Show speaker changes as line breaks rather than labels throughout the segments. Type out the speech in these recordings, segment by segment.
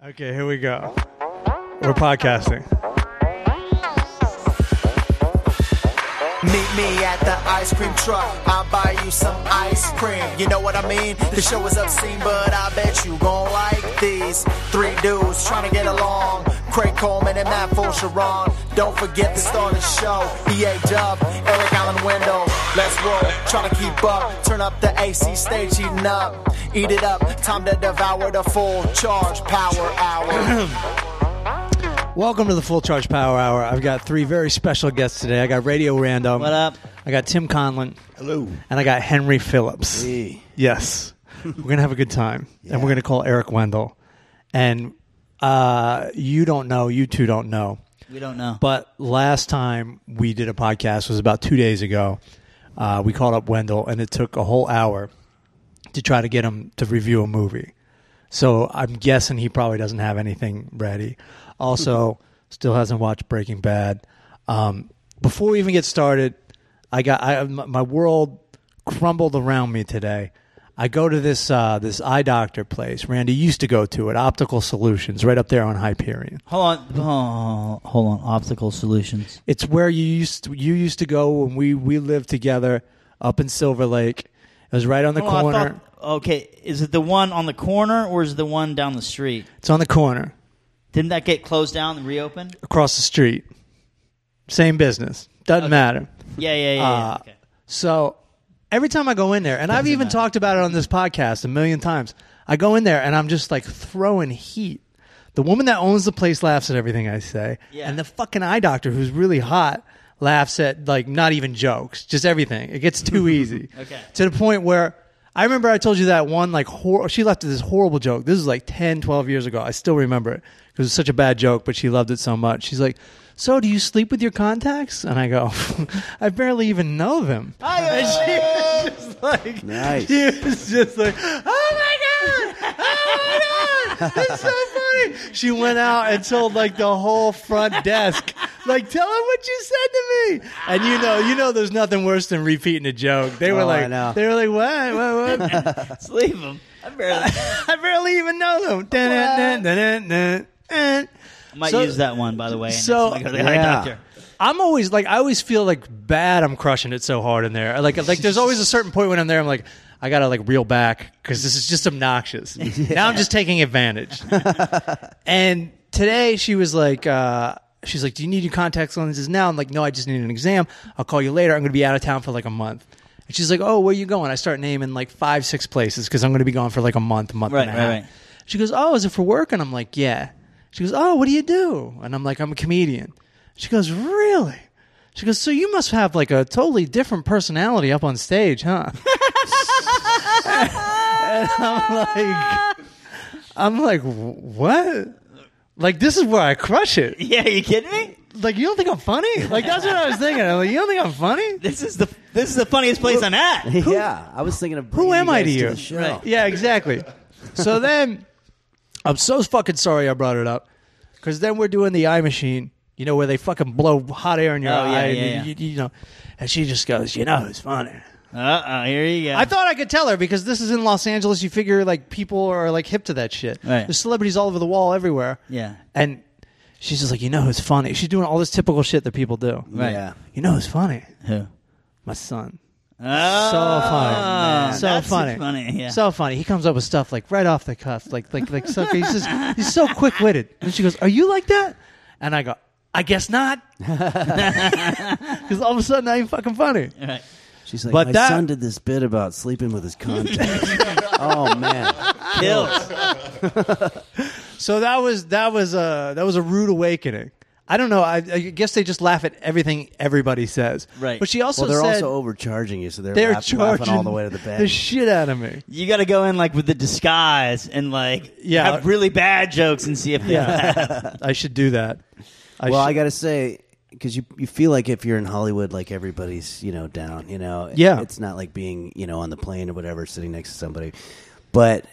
Okay, here we go. We're podcasting.
Meet me at the ice cream truck. I'll buy you some ice cream. You know what I mean? The show is obscene, but I bet you gon' like these three dudes trying to get along. Craig Coleman and Matt Sharon. Don't forget to start the show. EA Dub, Eric Allen Window. Let's roll. Try to keep up. Turn up the AC stage, eating up. Eat it up. Time to devour the full charge power hour.
Welcome to the Full Charge Power Hour. I've got three very special guests today. I got Radio Random.
What up?
I got Tim Conlon. Hello. And I got Henry Phillips. Yes. we're going to have a good time. And we're going to call Eric Wendell. And uh, you don't know, you two don't know.
We don't know.
But last time we did a podcast was about two days ago. Uh, we called up Wendell, and it took a whole hour to try to get him to review a movie. So I'm guessing he probably doesn't have anything ready. Also, still hasn't watched Breaking Bad. Um, before we even get started, I got I, my my world crumbled around me today. I go to this uh, this eye doctor place. Randy used to go to it, Optical Solutions, right up there on Hyperion.
hold on. Oh, hold on. Optical solutions.
It's where you used to, you used to go when we we lived together up in Silver Lake. It was right on the
Oh, I
corner.
thought- okay, is it the one on the corner or is it the one down the street?
it's on the corner
Didn't that get closed down and reopened?
across the street. Same business. Doesn't matter.
Yeah, yeah, yeah. yeah.
Uh,
okay.
So every time I go in there, and I've even talked about it on this podcast a million times, I go in there and I'm just like throwing heat. The woman that owns the place laughs at everything I say,
Yeah.
and the fucking eye doctor who's really hot laughs at like not even jokes, just everything. It gets too easy.
Okay.
To the point where I remember I told you that one like hor- she left this horrible joke. This is like 10, 12 years ago. I still remember it because it's such a bad joke, but she loved it so much. She's like, "So, do you sleep with your contacts?" And I go, "I barely even know them." and she was just like,
Nice.
she was just like, "Oh my god, oh my god, this is so funny." She went out and told like the whole front desk. Like, tell them what you said to me, and you know, you know, there's nothing worse than repeating a joke. They were
Oh, I
like,
know.
they were like, what, what, what?
Let's leave them. I barely
I barely even know them. Dun, dun, dun, dun, dun, dun.
might
So-
use that one by the way. next
so-
time I go to the eye
yeah.
doctor.
I'm always like, I always feel like bad. I'm crushing it so hard in there. Like, like there's always a certain point when I'm there. I'm like, I gotta like reel back because this is just obnoxious. Now I'm just taking advantage. and today she was like, uh, she's like, do you need your contact lenses now? I'm like, no, I just need an exam. I'll call you later. I'm gonna be out of town for like a month. And she's like, oh, where you going? I start naming like five, six places because I'm gonna be gone for like a month, month
Right,
and a
right,
half.
right.
She goes, "Oh, is it for work?" And I'm like, "Yeah." She goes, "Oh, what do you do?" And I'm like, "I'm a comedian." She goes, "Really?" She goes, "So you must have like a totally different personality up on stage, huh?" and I'm like, I'm like, "What?" Like this is where I crush it.
Yeah, you kidding me?
Like you don't think I'm funny? Like that's what I was thinking. I'm like, you don't think I'm funny?
This is the this is the funniest place I'm at.
yeah, I was thinking of
Who
bringing
am
you
I to
guys
you?
the show.
Right.
Yeah, exactly. So then, I'm so fucking sorry I brought it up, because then we're doing the eye machine. You know where they fucking blow hot air in your
Oh, yeah,
eye. and
yeah,
you-
yeah.
You, you know, and she just goes, "You know who's funny."
Uh oh, here you go.
I thought I could tell her because this is in Los Angeles. You figure like people are like hip to that shit.
Right.
There's celebrities all over the wall everywhere.
Yeah.
And she's just like, "You know who's funny?" She's doing all this typical shit that people do.
Right.
Yeah.
You know who's funny?
Who?
My son.
Oh,
so funny, so
that's
funny,
funny. Yeah.
so funny. He comes up with stuff like right off the cuff, like like like so. He's just he's so quick witted. And she goes, "Are you like that?" And I go, "I guess not," because all of a sudden I ain't fucking funny.
All right.
She's like,
But
my
that-
son did this bit about sleeping with his contacts. oh man,
Kills.
So that was that was a that was a rude awakening. I don't know. I, I guess they just laugh at everything everybody says.
Right.
But she also
well, they're
said
also overcharging you, so they're,
they're
laugh-
charging
laughing all the way to the bed.
shit out of me.
You got to go in like with the disguise and like
Yeah.
have really bad jokes and see if they
Yeah. I should do that. I
well,
should-
I gotta say, because you you feel like if you're in Hollywood, like everybody's you know down, you know,
Yeah.
it's not like being you know on the plane or whatever, sitting next to somebody. But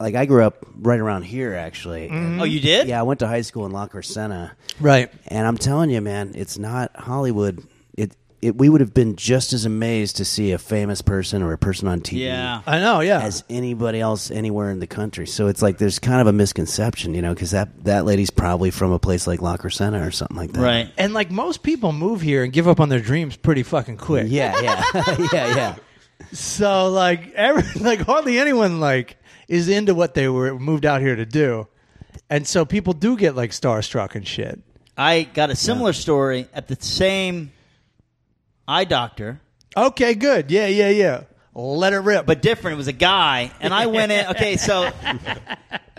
like I grew up right around here, actually.
Mm-hmm.
Oh, you did?
Yeah, I went to high school in La Crescenta.
right.
And I'm telling you, man, it's not Hollywood. It it, we would have been just as amazed to see a famous person or a person on TV
Yeah.
I know, yeah.
as anybody else anywhere in the country. So it's like there's kind of a misconception, you know, because that that lady's probably from a place like La Crescenta or something like that.
Right.
and like most people move here and give up on their dreams pretty fucking quick.
Yeah, yeah, yeah, yeah.
So like every like hardly anyone like is into what they were moved out here to do. And so people do get like starstruck and shit.
I got a similar story at the same eye doctor,
Okay, good. Yeah, yeah, yeah. Let it rip.
but different. It was a guy, and I went in. Okay, so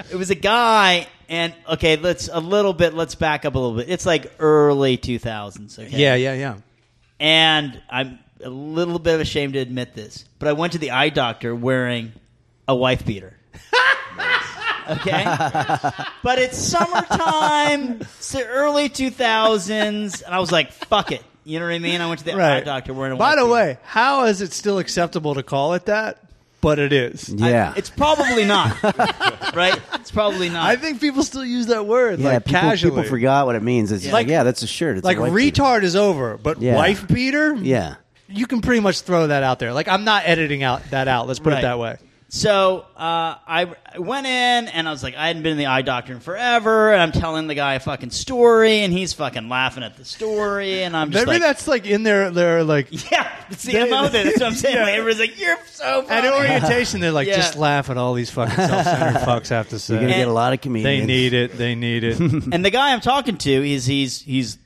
it was a guy, and okay, let's a little bit. Let's back up a little bit. It's like early two thousands. Okay?
yeah, yeah, yeah.
and I'm a little bit ashamed to admit this, but I went to the eye doctor wearing a wife beater. okay, but it's summertime, it's the early 2000s, and I was like, "Fuck it," you know what I mean? I went to the eye
Right.
doctor wearing a.
By
wife
the
beater.
way, how is it still acceptable to call it that? But it is.
I-
Yeah.
it's probably not, right? It's probably not.
I think people still use that word
yeah,
like
people,
casually.
people forgot what it means. It's just
Like-
like, yeah, that's a shirt. It's a
Like
white
retard is over, but
Yeah.
wife beater?
t- Yeah.
You can pretty much throw that out there. Like I'm not editing out that out. Let's put it
Right.
that way.
So uh, I I went in and I was like, I hadn't been in the eye doctor in forever, and I'm telling the guy a fucking story, and he's fucking laughing at the story, and I'm just
Maybe
like,
that's like in their their like
yeah, it's the
They-
mo. Then that's what I'm saying.
Yeah.
Like, everybody's like, you're so
At
funny.
orientation, they're like,
Yeah.
just laugh at all these fucking self-centered fucks have to
You're going to
say.
get a lot of
They
comedians.
need it. They need it.
and the guy I'm talking to is he's he's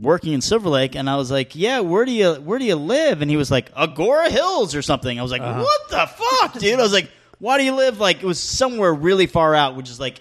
working in Silver Lake, and I was like, "Yeah, where do you where do you live?" And he was like, "Agora Hills or something." I was like,
Uh-huh.
"What the fuck, dude?" I was like, "Why do you live like it was somewhere really far out, which is like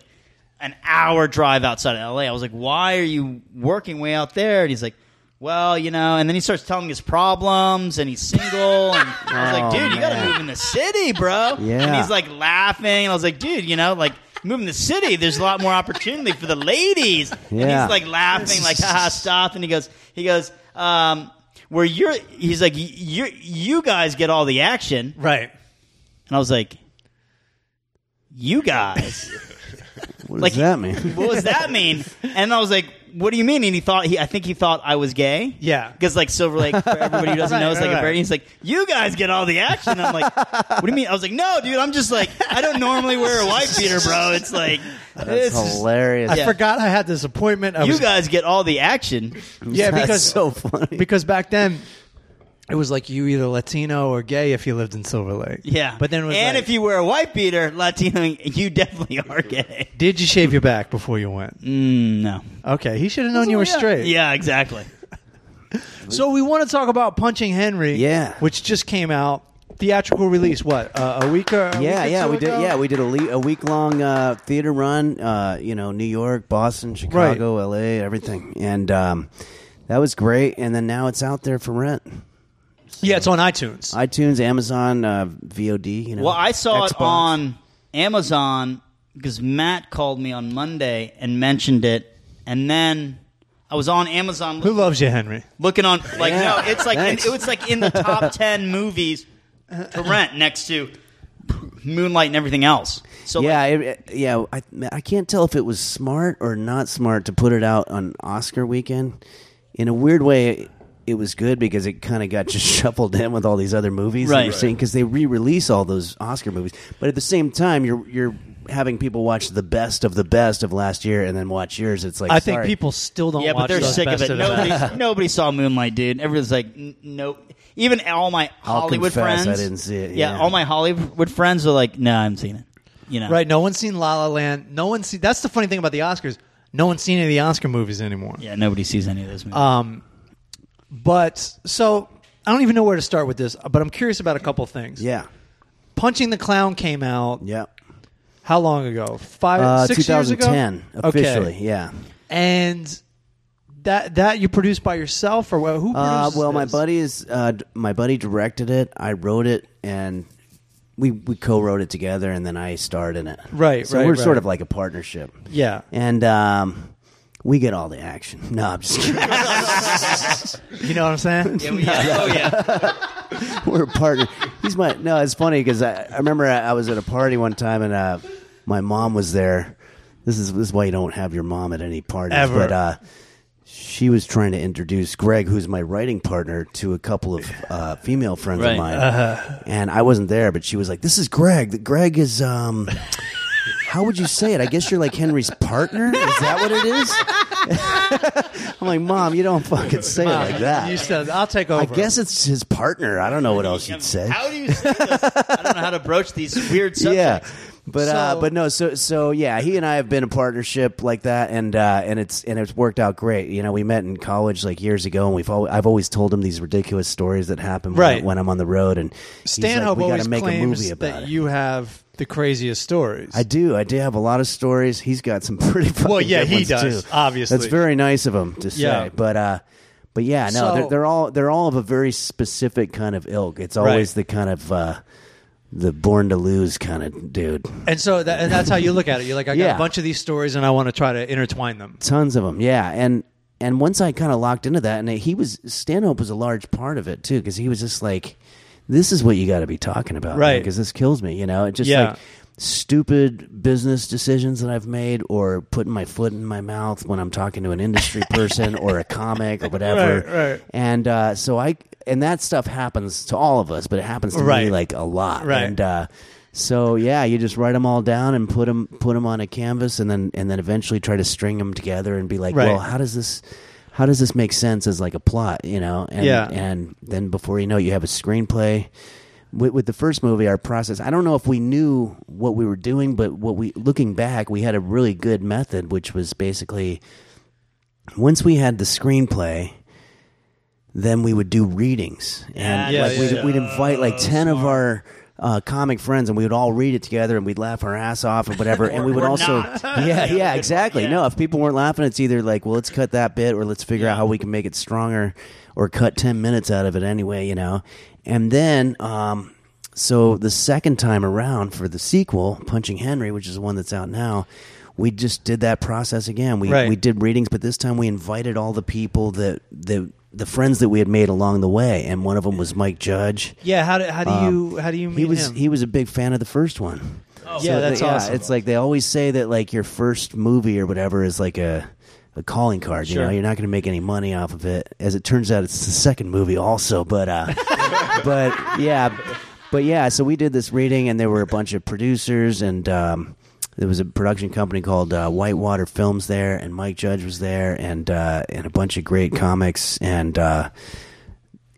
an hour drive outside of L.A." I was like, "Why are you working way out there?" And he's like. Well, you know, and then he starts telling his problems, and he's single. And I was like,
Oh,
"Dude, you gotta
man.
move in the city, bro." And
Yeah.
he's like laughing, and I was like, "Dude, you know, like moving to the city, there's a lot more opportunity for the ladies." And
Yeah.
he's like laughing, like, haha, stop. And he goes, he goes, um, where you're, he's like, you, you guys get all the action.
right.
And I was like, you guys,
What
Like-
does that mean?
what does that mean? And I was like, what do you mean? And he thought, he, I think he thought I was gay.
Yeah.
Because like Silver Lake, for everybody who doesn't
Right,
know, it's
right,
like
right.
a very, he's like, you guys get all the action. I'm like, what do you mean? I was like, no, dude, I'm just like, I don't normally wear a white beater, bro. It's like,
That's
it's just-
hilarious.
I
Yeah.
forgot I had this appointment. I
you
was,
guys get all the action.
yeah,
That's
because
so funny.
because back then it was like you either Latino or gay if you lived in Silver Lake.
Yeah,
but then it was
and
like,
if you wear a white beater, Latino, you definitely are gay.
did you shave your back before you went?
Mm, no.
Okay, he should have known you were straight.
Yeah, exactly.
So we want to talk about Punching Henry.
Yeah.
which just came out theatrical release. What uh, a week or a
yeah,
week or
yeah,
two
we did.
ago?
Yeah, we did a, le- a week long uh, theater run. Uh, you know, New York, Boston, Chicago, L.A., everything, and um, that was great. And then now it's out there for rent.
yeah. It's on iTunes.
iTunes, Amazon, uh, VOD. You know,
Well, I saw it
Xbox.
on Amazon because Matt called me on Monday and mentioned it, and then I was on Amazon
Who loves you, Henry?
looking on like
Yeah,
no, it's like in,
thanks.
it was like in the top ten movies to rent next to Moonlight and everything else. So
yeah,
like,
it, it- yeah. I I can't tell if it was smart or not smart to put it out on Oscar weekend. In a weird way, it, it was good because it kind of got just shuffled in with all these other movies
Right.
that you're seeing because they re-release all those Oscar movies. But at the same time, you're you're having people watch the best of the best of last year and then watch yours. It's like
I think
sorry.
people still don't.
Yeah,
watch
but they're
those
sick of
best
it.
that.
Nobody, nobody saw Moonlight, dude. Everyone's like, "N- no. Even all my
I'll
Hollywood
confess,
friends,
I didn't see it.
Yeah.
yeah.
all my Hollywood friends are like, no, I haven't seen it. You know,
Right. No one's seen La La Land. No one's seen. That's the funny thing about the Oscars. No one's seen any of the Oscar movies anymore.
Yeah, nobody sees any of those
Uh,
movies.
Um, but so I don't even know where to start with this. But I'm curious about a couple things.
Yeah,
Punching the Clown came out.
yeah.
How long ago? Five,
Uh,
six years ago.
2010 officially.
Okay.
Yeah.
And that that you produced by yourself or who? Produced
Uh, well, my
this?
buddy is uh, d- my buddy directed it. I wrote it, and we we co-wrote it together, and then I starred in it.
Right,
So
right,
we're
right.
sort of like a partnership.
Yeah.
And um, we get all the action. No, I'm just kidding.
You know what I'm saying?
Yeah, yeah, oh yeah,
we're a partner. He's my no. It's funny because I, I remember I, I was at a party one time, and uh, my mom was there. This is this is why you don't have your mom at any parties.
Ever.
But uh, she was trying to introduce Greg, who's my writing partner, to a couple of uh, female friends
Right.
of mine,
Uh-huh.
and I wasn't there. But she was like, "This is Greg. Greg is um." How would you say it? I guess you're like Henry's partner. Is that what it is? I'm like, mom, you don't fucking say it like that.
You said, I'll take over.
I guess it's his partner. I don't know what else you'd say.
How do you? Say this? I don't know how to broach these weird
Yeah.
subjects.
But uh,
So-
but no so so yeah he and I have been a partnership like that and uh, and it's and it's worked out great you know we met in college like years ago and we've always, I've always told him these ridiculous stories that happen when-
Right.
when, I'm on the road and he's
Stanhope
like, we gotta
always
make a
claims
movie about
that
it
you have the craziest stories.
I do I do have a lot of stories he's got some pretty fucking
Well, yeah,
good
he
ones,
does,
too.
obviously.
that's very nice of him to
Yeah.
say but uh but yeah no
So-
they're, they're all they're all of a very specific kind of ilk it's always the kind of uh, the born to lose kind of dude
and so that, and that's how you look at it. You're like, I got
Yeah.
a bunch of these stories, and I want to try to intertwine them.
tons of them yeah and and once i kind of locked into that and he was stanhope was a large part of it too because he was just like this is what you got to be talking about
Right.
because this kills me you know it just
Yeah.
like stupid business decisions that i've made or putting my foot in my mouth when i'm talking to an industry person or a comic or whatever
Right, right.
and uh, so i and that stuff happens to all of us but it happens to me
Right.
like a lot
Right.
and uh, so yeah, you just write them all down and put them on a canvas, and then and then eventually try to string them together and be like,
Right.
well, how does this how does this make sense as like a plot, you know? And,
Yeah.
And then before you know, it, you have a screenplay. With, with the first movie, our process. I don't know if we knew what we were doing, but what we looking back, we had a really good method, which was basically once we had the screenplay. Then we would do readings, and
Yeah,
like
yeah,
we'd,
yeah.
we'd invite like ten of our uh, comic friends, and we would all read it together, and we'd laugh our ass off and whatever. and we would
or
also,
not.
yeah, yeah, exactly.
yeah.
No, if people weren't laughing, it's either like, well, let's cut that bit, or let's figure out how we can make it stronger, or cut ten minutes out of it anyway, you know. And then, um, so the second time around for the sequel, Punching Henry, which is the one that's out now. We just did that process again. We,
Right.
we did readings, but this time we invited all the people that the the friends that we had made along the way, and one of them was Mike Judge.
Yeah. How do, how do you how do you meet
Um, He was
him?
he was a big fan of the first one. Oh,
Yeah, that's awesome.
It's like they always say that like your first movie or whatever is like a a calling card. You
Sure.
know, you're not going to make any money off of it. As it turns out, it's the second movie also. But uh, but yeah, but yeah. So we did this reading, and there were a bunch of producers, and um, there was a production company called uh, Whitewater Films there, and Mike Judge was there, and uh, and a bunch of great comics, and uh,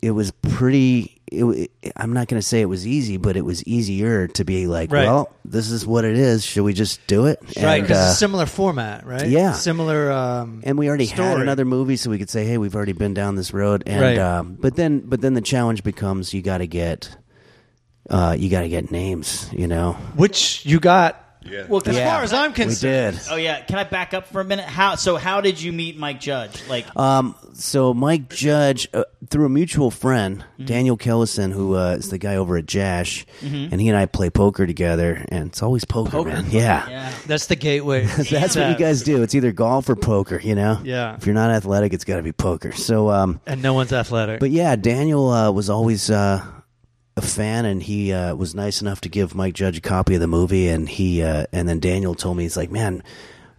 it was pretty. It, w- it, I'm not going to say it was easy, but it was easier to be like,
Right.
well, this is what it is. Should we just do it?
right
And,
because
uh,
it's similar format, right?
yeah.
Similar. Um,
and we already had
story.
another movie, so we could say, "Hey, we've already been down this road." And
Right.
um, but then, but then the challenge becomes you got to get, uh, you got to get names. You know,
which you got. Yeah. Well, as
Yeah.
far as I'm
we
concerned,
did.
Oh yeah. Can I back up for a minute? How so? How did you meet Mike Judge? Like,
Um, so Mike Judge, uh, through a mutual friend,
Mm-hmm.
Daniel Kellison, who uh, is the guy over at Jash,
Mm-hmm.
and he and I play poker together, and it's always poker, man. Yeah.
yeah.
that's the gateway.
That's what you guys do. It's either golf or poker, you know?
Yeah.
If you're not athletic, it's got to be poker. So, um,
And no one's athletic.
but yeah, Daniel uh, was always uh, a fan, and he uh, was nice enough to give Mike Judge a copy of the movie, and he uh, and then Daniel told me he's like, man.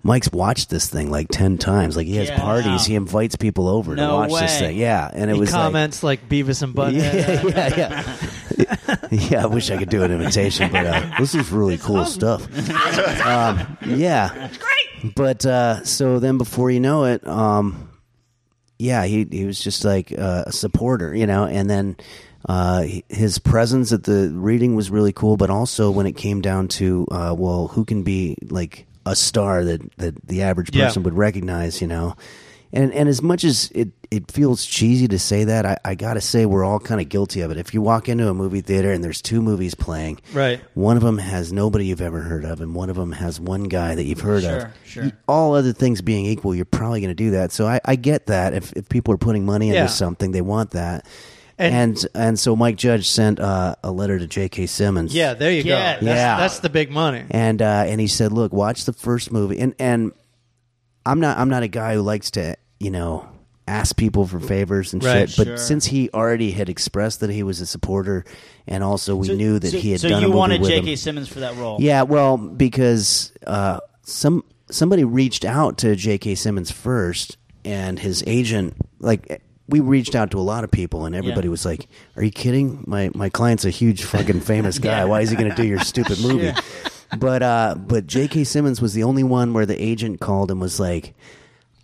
Mike's watched this thing like ten times. Like he has
Yeah.
parties,
Wow.
he invites people over
No
to watch
way.
this thing. Yeah, and it
he
was like,
comments like, Beavis and Butthead.
yeah, yeah, yeah. yeah, I wish I could do an invitation, but uh, this is really cool stuff. Um, yeah, it's great. But uh, so then, before you know it, um, yeah, he he was just like uh, a supporter, you know. And then uh, he- his presence at the reading was really cool, but also when it came down to uh, well, who can be like a star that that the average
Yeah.
person would recognize, you know. And and as much as it, it feels cheesy to say that, I, I gotta say we're all kind of guilty of it. If you walk into a movie theater and there's two movies playing,
Right.
One of them has nobody you've ever heard of, and one of them has one guy that you've heard of
Sure, sure.
all other things being equal, you're probably going to do that. So I, I get that. If, if people are putting money into
Yeah.
something, they want that.
And-
And and, so Mike Judge sent uh, a letter to J.K. Simmons.
Yeah, there you
Yeah.
go. That's,
Yeah.
that's the big money.
And uh, and he said, look, watch the first movie. And and I'm not I'm not a guy who likes to you know ask people for favors and
Right,
shit. But
sure.
since he already had expressed that he was a supporter, and also we knew that
so,
he had
so
done a
you
movie
wanted
with him.
J.K. Simmons for that role?
Yeah, well, because uh, some somebody reached out to J.K. Simmons first, and his agent like we reached out to a lot of people and everybody
Yeah.
was like are you kidding my my client's a huge fucking famous guy why is he going to do your stupid movie but uh but jk simmons was the only one where the agent called and was like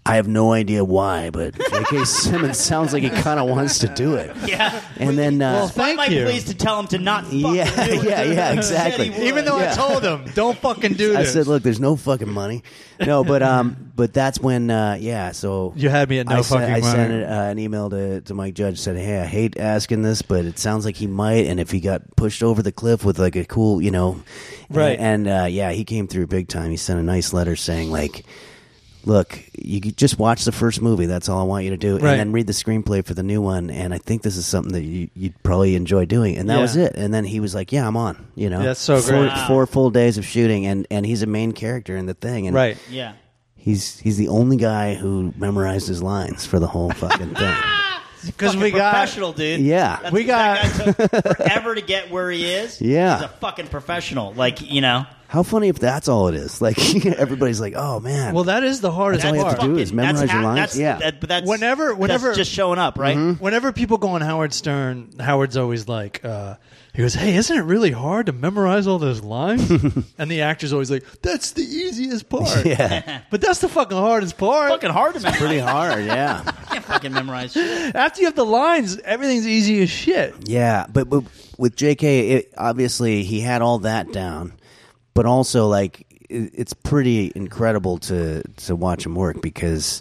I have no idea why, but J.K. Simmons sounds like he kind of wants to do it.
Yeah.
And then, uh,
Well,
Why am I
Thank you.
pleased to tell him to not fucking
Yeah,
do it?
yeah, yeah,
He said
exactly.
he would.
Even though
Yeah.
I told him, don't fucking do
I
this.
said, "Look, there's no fucking money." No, but um, but that's when uh, yeah. So
You had me at no
I sent,
fucking
I sent
money.
uh, an email to, to Mike Judge said, "Hey, I hate asking this, but it sounds like he might, and if he got pushed over the cliff with like a cool, you know,
Right.
And, uh, yeah, he came through big time. He sent a nice letter saying like. Look, you could just watch the first movie. That's all I want you to do,
Right.
and then read the screenplay for the new one. And I think this is something that you, you'd probably enjoy doing. And that
Yeah.
was it. And then he was like, "Yeah, I'm on." You know,
That's so
Four-
great.
four full days of shooting, and and he's a main character in the thing, and
right.
Yeah.
he's he's the only guy who memorized his lines for the whole fucking thing.
Because
Fucking
we got
professional, dude.
Yeah.
That's
We
that guy took forever to get where he is.
Yeah.
he's a fucking professional. Like you know,
How funny if that's all it is! Like everybody's like, "Oh man,
Well, that is the hardest
all you have
part.
to do is
fucking-
memorize
that's
your
ha-
lines?
That's,
Yeah. Mm-hmm.
that- but that's
Whenever- whenever-
that's just showing up, right?
Whenever people go on Howard Stern, Howard's always like, uh, he goes, "Hey, isn't it really hard to memorize all those lines?" and the actor's always like, "That's the easiest part."
yeah,
But that's the fucking hardest part.
Fucking hard to memorize.
pretty hard, yeah,
I can't fucking memorize. shit.
After you have the lines, everything's easy as shit.
yeah." But, but with J.K., it, obviously he had all that down, but also like it, it's pretty incredible to to watch him work because.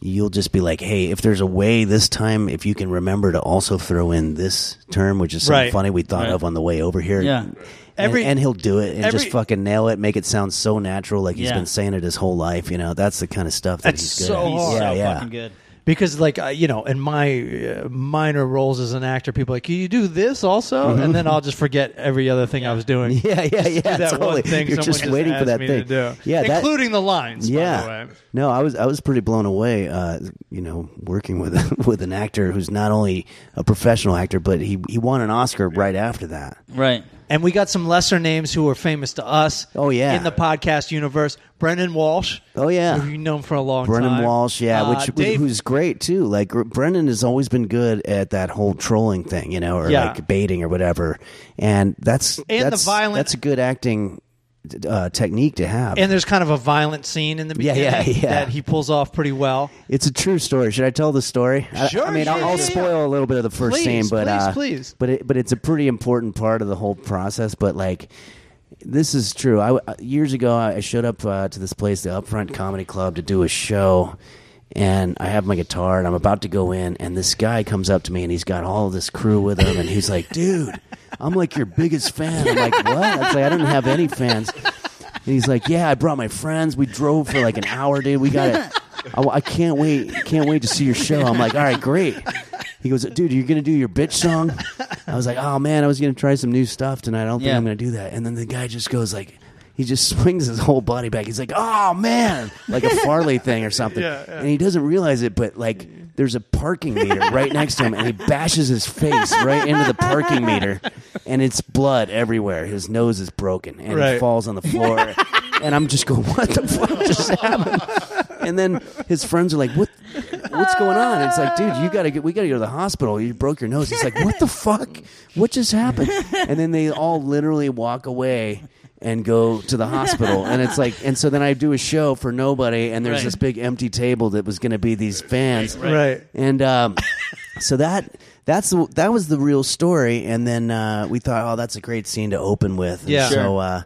You'll just be like, hey, if there's a way this time, if you can remember to also throw in this term, which is something
Right.
funny we thought
Right.
of on the way over here.
Yeah.
And,
Every-
and he'll do it and just
every-
fucking nail it, make it sound so natural, like he's
Yeah.
been saying it his whole life. You know, that's the kind of stuff that
That's
he's good
so
at.
He's
hard.
Yeah,
so
yeah.
fucking good.
because like uh, you know in my uh, minor roles as an actor people are like can you do this also and then i'll just forget every other thing i was doing
Mm-hmm. Yeah, yeah, yeah.
Do that
totally.
one thing
You're
someone
just waiting for
asked
that
me
thing.
to do.
Yeah, that-
including the lines
yeah.
by the way
No, I was I was pretty blown away. Uh, you know, working with with an actor who's not only a professional actor, but he he won an Oscar right after that.
Right.
and we got some lesser names who are famous to us
Oh, yeah.
in the podcast universe brendan walsh
Oh, yeah.
who you know him for a long
Brendan
time
Walsh, yeah,
Uh,
which
Dave-
who's great too. Like R- Brendan has always been good at that whole trolling thing, you know, or
Yeah.
like baiting or whatever. And that's
the
that's,
violent-
That's a good acting uh, technique to have.
and there's kind of a violent scene in the
Yeah,
beginning
yeah, yeah.
that he pulls off pretty well
it's a true story. Should I tell the story? I-
Sure,
I, mean, I'll,
yeah,
I'll
yeah,
spoil a little bit of the first
Please,
scene, but
please,
uh,
please.
but it, but it's a pretty important part of the whole process. But like. This is true. I I- years ago I showed up uh, to this place, the Upfront Comedy Club, to do a show, and I have my guitar and I'm about to go in, and this guy comes up to me and he's got all this crew with him, and he's like, "Dude, I'm like your biggest fan." I'm like, "What?" I was like, "I didn't have any fans." And he's like, "Yeah, I brought my friends. We drove for like an hour, dude. We got it. I, I can't wait. Can't wait to see your show." I'm like, "All right, great." He goes, "Dude, you're gonna do your bitch song?" I was like, "Oh man, I was gonna try some new stuff tonight. I don't think
Yeah.
I'm gonna do that." And then the guy just goes like. He just swings his whole body back. He's like, "Oh man!" Like a Farley thing or something, and he doesn't realize it. But like, there's a parking meter right next to him, and he bashes his face right into the parking meter, and it's blood everywhere. His nose is broken, and he
Right.
falls on the floor. and I'm just going, "What the fuck just happened?" And then his friends are like, "What? What's going on?" And it's like, "Dude, you gotta get. We gotta go to the hospital. You broke your nose." He's like, "What the fuck? What just happened?" And then they all literally walk away and go to the hospital. And it's like, and so then I do a show for nobody, and there's
Right.
this big empty table that was gonna be these fans,
right
and um, so that that's the, that was the real story. And then uh, we thought, oh, that's a great scene to open with. And
Yeah.
So uh,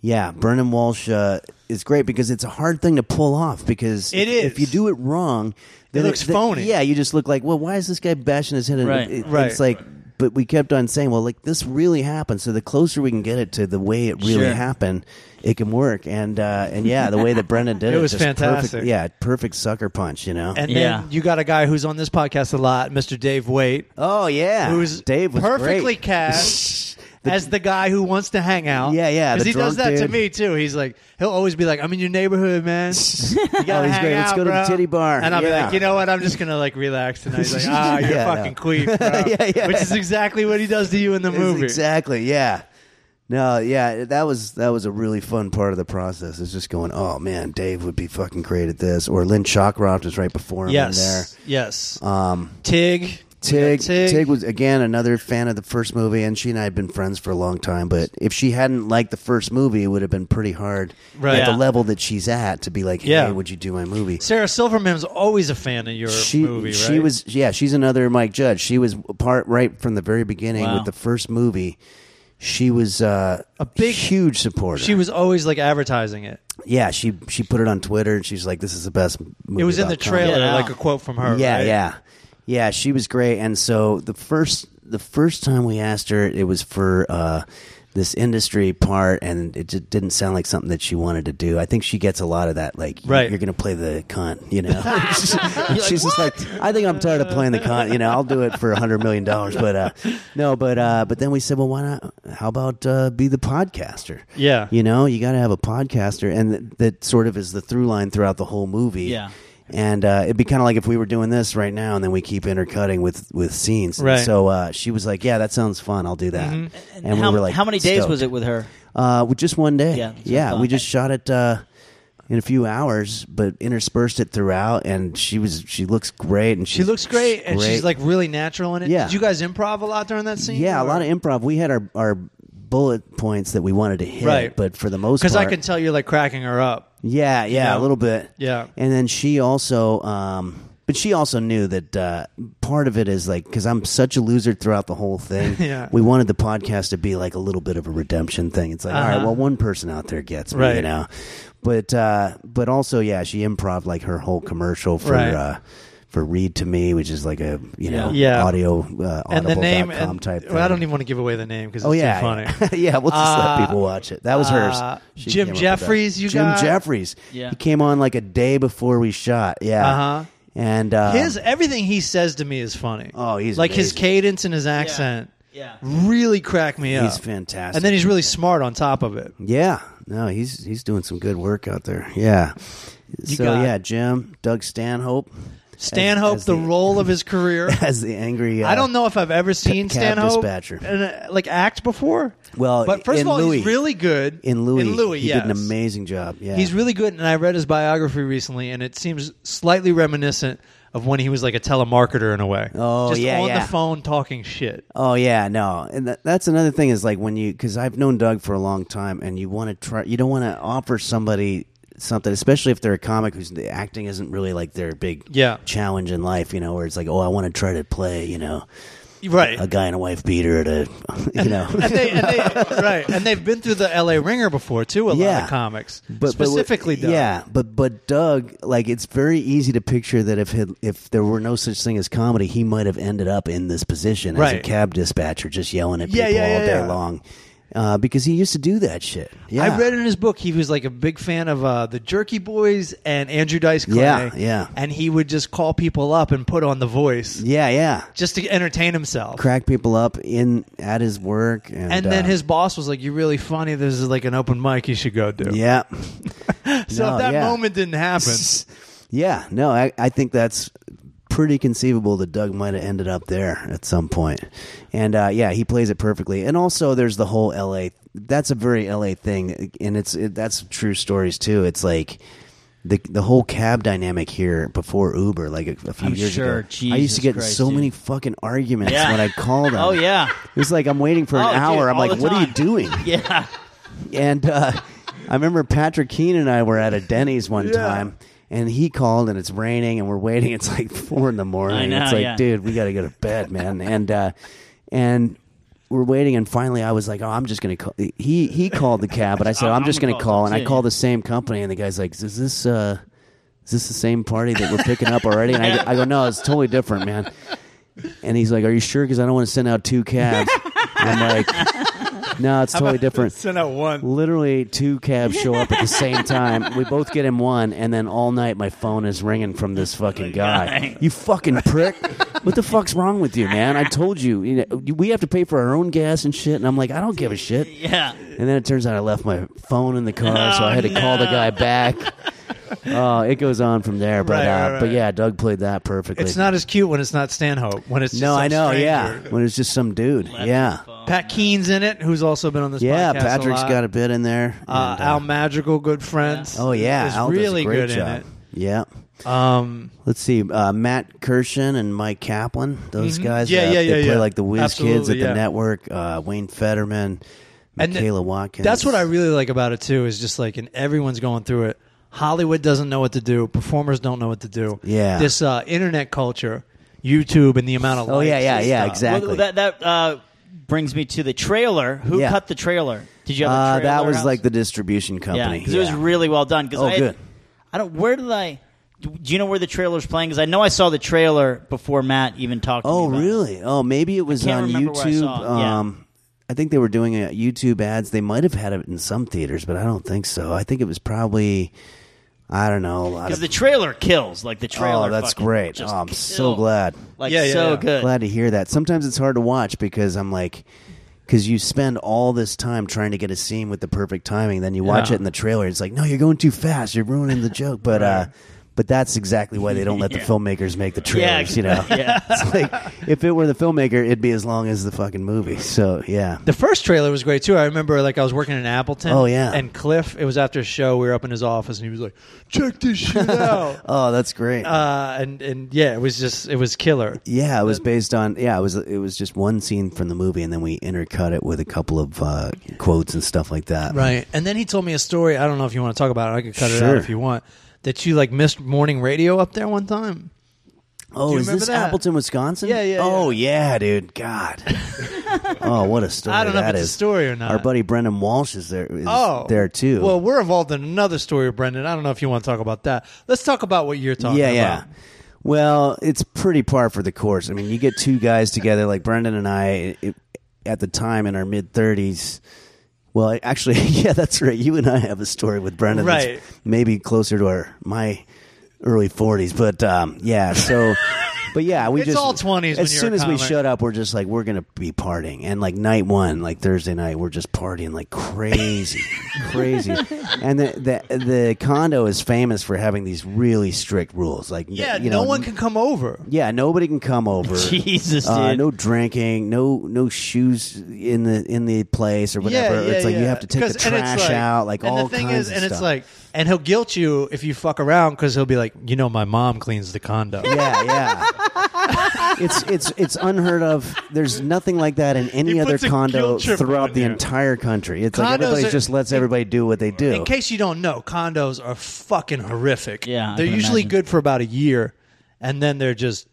yeah, Burnham Walsh uh, is great because it's a hard thing to pull off because
It
if-
is.
if you do it wrong, then
looks
then-
phony.
Yeah, you just look like, well, why is this guy bashing his head? in-
Right.
it-
Right.
It's like. But we kept on saying, well, like this really happened. So the closer we can get it to the way it really
Sure.
happened, it can work. And uh, and yeah, the way that Brendan did
It
it,
was
just perfect-
fantastic.
yeah, perfect sucker punch. You know.
and
Yeah.
then you got a guy who's on this podcast a lot mr dave waite
Oh yeah,
who's
Dave was
perfectly
great.
cast as the guy who wants to hang out.
Yeah, yeah,
Because
the
he does
drunk
that to
dude.
me too. He's like, he'll always be like, "I'm in your neighborhood, man. You gotta
Oh, he's
hang
great. Let's
out,
go to the
bro."
titty bar.
And I'll be
Yeah.
like, you know what? I'm just gonna like relax tonight. He's like, ah, you're
Yeah,
a fucking queef, bro.
Yeah, yeah.
Which is exactly what he does to you in the
It's
movie.
Exactly. Yeah. No, yeah, that was that was a really fun part of the process. It's just going, oh man, Dave would be fucking great at this, or Lynn Chokroft was right before him
Yes. Yes.
in there. Um,
Tig.
Tig,
Tig.
Tig, was again another fan of the first movie, and she and I had been friends for a long time. But if she hadn't liked the first movie, it would have been pretty hard
Right.
at
Yeah.
the level that she's at to be like, hey,
Yeah.
would you do my movie?
Sarah Silverman's always a fan of your
she
movie, right?
she was yeah she's another Mike Judge. She was part right from the very beginning
Wow.
with the first movie. She was uh, a
big-
huge supporter.
She was always like advertising it.
yeah she she put it on Twitter and she's like this is the best. movie
It was in the
about
trailer,
Yeah.
like a quote from her.
yeah,
right?
yeah, yeah. She was great, and so the first the first time we asked her, it was for uh, this industry part, and it just didn't sound like something that she wanted to do. I think she gets a lot of that, like, you-
Right.
you're going to play the cunt, you know. She's just like, I think I'm tired of playing the cunt, you know. I'll do it for a hundred million dollars, but uh, no, but uh, but then we said, well, why not? How about uh, be the podcaster?
Yeah.
you know, you got to have a podcaster, and th- that sort of is the through line throughout the whole movie.
Yeah.
And uh, it'd be kind of like if we were doing this right now, and then we keep intercutting with with scenes. And
Right.
So uh, she was like, "Yeah, that sounds fun. I'll do that." And,
how,
we were like,
how many days was it
stoked.
with her?
Uh, with just one day.
Yeah,
Yeah.
that's what I
Yeah.
thought.
We just shot it uh, in a few hours, but interspersed it throughout. And she was she looks great, and
She looks great, and she's like really natural in it.
Yeah.
Did you guys improv a lot during that scene?
yeah, a
or-
lot of improv. We had our our bullet points that we wanted to hit,
Right.
but for the most part,
Because I can tell you're like cracking her up.
Yeah, yeah,
know?
a little bit.
Yeah.
And then she also, um, but she also knew that uh, part of it is like, because I'm such a loser throughout the whole thing.
Yeah.
We wanted the podcast to be like a little bit of a redemption thing. It's like, all right,
Uh-huh.
well, one person out there gets me,
Right.
you know? But, uh, but also, yeah, she improv like her whole commercial for,
Right.
uh, for Read to Me, which is like a, you know,
Yeah. Yeah.
audio, uh,
And the name,
audible.com
and,
type thing.
well, I don't even want to give away the name because
Oh
it's
yeah,
too funny.
yeah. Yeah, We'll just
Uh,
let people watch it. That was
uh,
hers.
Jim
came up with
Jeffries,
that.
you
Jim
got?
Jeffries.
Yeah.
he came on like a day before we shot. Yeah,
Uh-huh.
And uh,
his everything he says to me is funny.
Oh, he's
like his
amazing.
cadence and his accent
Yeah.
really crack me up.
he's fantastic.
And then he's really smart on top of it.
yeah, no, he's he's doing some good work out there. Yeah. so
got-
yeah, Jim, Doug Stanhope,
Stanhope,
as
the,
the-
role of his career.
as the angry. Uh,
I don't know if I've ever seen
cab
Stanhope
dispatcher.
in a- like act before.
Well,
but first
in
of all,
Louis.
he's really good
In Louis,
In Louis,
he
yes.
did an amazing job. Yeah,
He's really good, and I read his biography recently, and it seems slightly reminiscent of when he was like a telemarketer in a way.
Oh,
just
yeah,
on
yeah.
the phone talking shit.
Oh yeah, no, and that, that's another thing is like when you because I've known Doug for a long time, and you want to try, you don't want to offer somebody something, especially if they're a comic who's the acting isn't really like their big
Yeah.
challenge in life, you know, where it's like, oh, I want to try to play, you know,
Right.
a guy and a wife beater at a, you know,
and they, and they, right, and they've been through the L.A. Ringer before too. A lot
Yeah.
of comics,
but but what-
specifically, Doug.
yeah. But but Doug, like it's very easy to picture that if he, if there were no such thing as comedy, he might have ended up in this position as a
Right.
cab dispatcher, just yelling at
Yeah,
people
yeah, yeah,
all day
yeah.
long, uh, because he used to do that shit. Yeah,
I read in his book he was like a big fan of uh, the Jerky Boys and Andrew Dice Clay.
Yeah, yeah.
And he would just call people up and put on the voice
Yeah, yeah.
just to entertain himself.
Crack people up in at his work, and,
And then
uh,
his boss was like, "You're really funny. This is like an open mic. You should go do."
yeah,
So
No,
if that
yeah.
moment didn't happen,
yeah. No, I I think that's pretty conceivable that Doug might have ended up there at some point, and uh, yeah, he plays it perfectly. And also, there's the whole L.A. That's a very L.A. thing, and it's it, that's true stories too. It's like. The, the whole cab dynamic here before Uber, like a, a few
I'm
years
sure.
ago, I used
Jesus
to get in
Christ,
so
dude.
many fucking arguments
Yeah.
when I called them.
Oh yeah.
It was like I'm waiting for an
Oh, dude,
hour. I'm
all
like,
the
what are you
time."
doing?
Yeah.
and uh, I remember Patrick Keene and I were at a Denny's one
Yeah.
time, and he called, and it's raining, and we're waiting. It's like four in the morning.
I know,
it's like,
yeah.
dude, we got to go to bed, man. And uh, and we're waiting, and finally, I was like, oh, I'm just gonna call. He he called the cab, but I said,
I'm-
I'm,
I'm
just
gonna
gonna
call
call,
them
and I
too,
called the same company, and the guy's like, is this uh, is this the same party that we're picking up already? And I, I go, no, it's totally different, man. And he's like, are you sure? Because I don't want to send out two cabs. And I'm like, no, it's totally different
send out one.
literally two cabs show up at the same time. We both get in one, and then all night my phone is ringing from this fucking guy. You fucking prick! What the fuck's wrong with you, man? I told you, you know, we have to pay for our own gas and shit. And I'm like, I don't give a shit.
Yeah.
And then it turns out I left my phone in the car,
Oh,
so I had to call the guy back. Oh, it goes on from there, but
Right,
uh,
right, right.
but yeah, Doug played that perfectly.
It's not as cute when it's not Stanhope. When it's just
No,
some
I know.
stranger.
Yeah, when it's just some dude. yeah,
Pat Keen's in it, who's also been on this.
Yeah,
podcast
Patrick's
a lot.
got a bit in there.
Uh,
and, uh,
Al Magical, good friends.
oh yeah,
is
Al does a
really good
great job.
in
Yeah.
it. Um,
Let's see, uh, Matt Kirshen and Mike Kaplan, those
Mm-hmm.
guys.
Yeah,
uh,
yeah,
they
yeah,
play
yeah.
like the Whiz Kids
Absolutely,
at the
yeah.
network. Uh, Wayne Fetterman,
And the-
Michaela Watkins.
That's what I really like about it too. Is just like, and everyone's going through it. Hollywood doesn't know what to do. Performers don't know what to do.
Yeah.
This uh, internet culture, YouTube, and the amount of
Oh yeah,
likes
yeah,
and
yeah,
stuff.
exactly.
Well, that that uh, brings me to the trailer. Who
Yeah.
cut the trailer? Did you have
uh,
a trailer?
that was
house?
like the distribution company.
yeah, because it was
Yeah.
really well done. Because
Oh,
I had-
good.
I don't. Where did I? Do do you know where the trailer's playing? Because I know I saw the trailer before Matt even talked. to me
Oh,
about it.
really? Oh, maybe it was
can't
on
remember where I
YouTube.
saw it. Yeah.
Um, I think they were doing uh YouTube ads. They might have had it in some theaters, but I don't think so. I think it was probably, I don't know, a lot
Because
of.
the trailer kills. Like the trailer.
oh, that's
fucking
great! Oh,
just
I'm so
killed.
glad,
Like
Yeah, yeah,
so
yeah.
good.
glad to hear that. Sometimes it's hard to watch because I'm like, because you spend all this time trying to get a scene with the perfect timing, then you watch
Yeah.
it in the trailer. It's like, no, you're going too fast. You're ruining the joke. But, uh, but that's exactly why they don't let the filmmakers make the
Yeah,
trailers. You know,
yeah.
it's like if it were the filmmaker, it'd be as long as the fucking movie. So yeah,
The first trailer was great too. I remember like I was working in Appleton.
Oh, yeah.
And Cliff, it was after a show. We were up in his office, and he was like, "Check this shit out."
oh, that's great.
uh, and and yeah, it was just it was killer.
yeah, it was based on yeah, it was it was just one scene from the movie, and then we intercut it with a couple of uh, quotes and stuff like that.
Right. And then he told me a story. I don't know if you want to talk about it. I could cut it out
Sure.
if you want. That you like missed morning radio up there one time.
Oh,
you
is
remember
this
that?
Appleton, Wisconsin?
Yeah, yeah,
Oh yeah, dude. God. oh, what a story!
I don't know if
that
it's a
is.
story or not.
Our buddy Brendan Walsh is there. Is
Oh,
there too.
Well, we're involved in another story, Brendan. I don't know if you want to talk about that. Let's talk about what you're talking
yeah,
about.
yeah. Well, it's pretty par for the course. I mean, you get two guys together like Brendan and I it, at the time in our mid thirties. Well, I- actually, yeah, that's right. You and I have a story with Brendan, that's
Right.
Maybe closer to our my early forties, but um, yeah. So, but yeah, we
It's
just
all 20s when
As
you're
soon
a
as we
comic.
showed up, we're just like we're gonna be partying, and like night one, like Thursday night, we're just partying like crazy, crazy. And the, the the condo is famous for having these really strict rules, like
Yeah,
you
no
know,
one can come over.
yeah, nobody can come over.
Jesus, dude.
Uh, no drinking, no no shoes in the in the place or
Yeah,
whatever.
yeah,
it's like you
yeah.
have to take the
'Cause- and it's
trash out, like
and
all
the thing
kinds
is,
of
and it's
stuff.
like, and he'll guilt you if you fuck around because he'll be like, you know, my mom cleans the condo.
yeah, yeah. it's it's it's unheard of. There's nothing like that in any
He
other
puts a
condo
guilt trip
throughout
on
the
you.
entire country. It's
Condos
like everybody
are-
just lets everybody do what they do.
In case you don't know, condos are fucking horrific.
Yeah, I
they're
can
usually
imagine.
good for about a year, and then they're just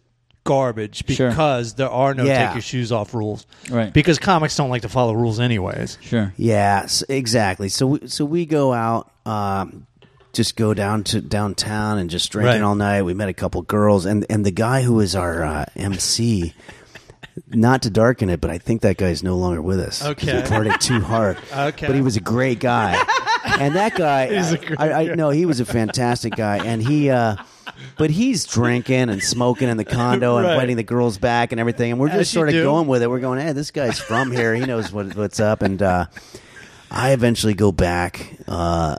garbage
Sure.
because there are no
Yeah.
take your shoes off rules.
Right.
Because comics don't like to follow rules anyways.
Sure.
Yeah, s exactly. So we, so we go out, um, just go down to downtown and just drinking
Right.
all night. We met a couple girls, and and the guy who is our uh, MC. Not to darken it, but I think that guy's no longer with us.
Okay.
he partied too hard.
Okay.
but he was a great guy, and that guy, I, I, I no, he was a fantastic guy, and he, uh, but he's drinking and smoking in the condo and
Right.
inviting the girls back and everything, and we're
As
just
you
sort of
do.
going with it. We're going, hey, this guy's from here. He knows what, what's up. And uh, I eventually go back. Uh,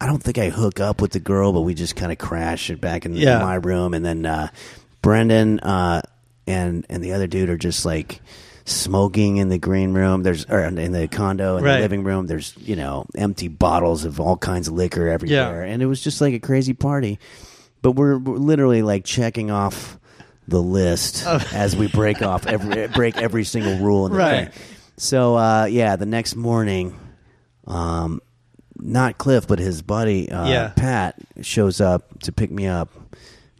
I don't think I hook up with the girl, but we just kind of crash it back in
Yeah.
my room. And then uh, Brendan uh, and and the other dude are just like smoking in the green room. There's or in the condo in
Right.
the living room. There's you know empty bottles of all kinds of liquor everywhere, and it was just like a crazy party. But we're, we're literally like checking off the list
Oh.
as we break off every break every single rule in the
Right.
thing. So uh, yeah, the next morning, um, not Cliff, but his buddy uh,
Yeah.
Pat shows up to pick me up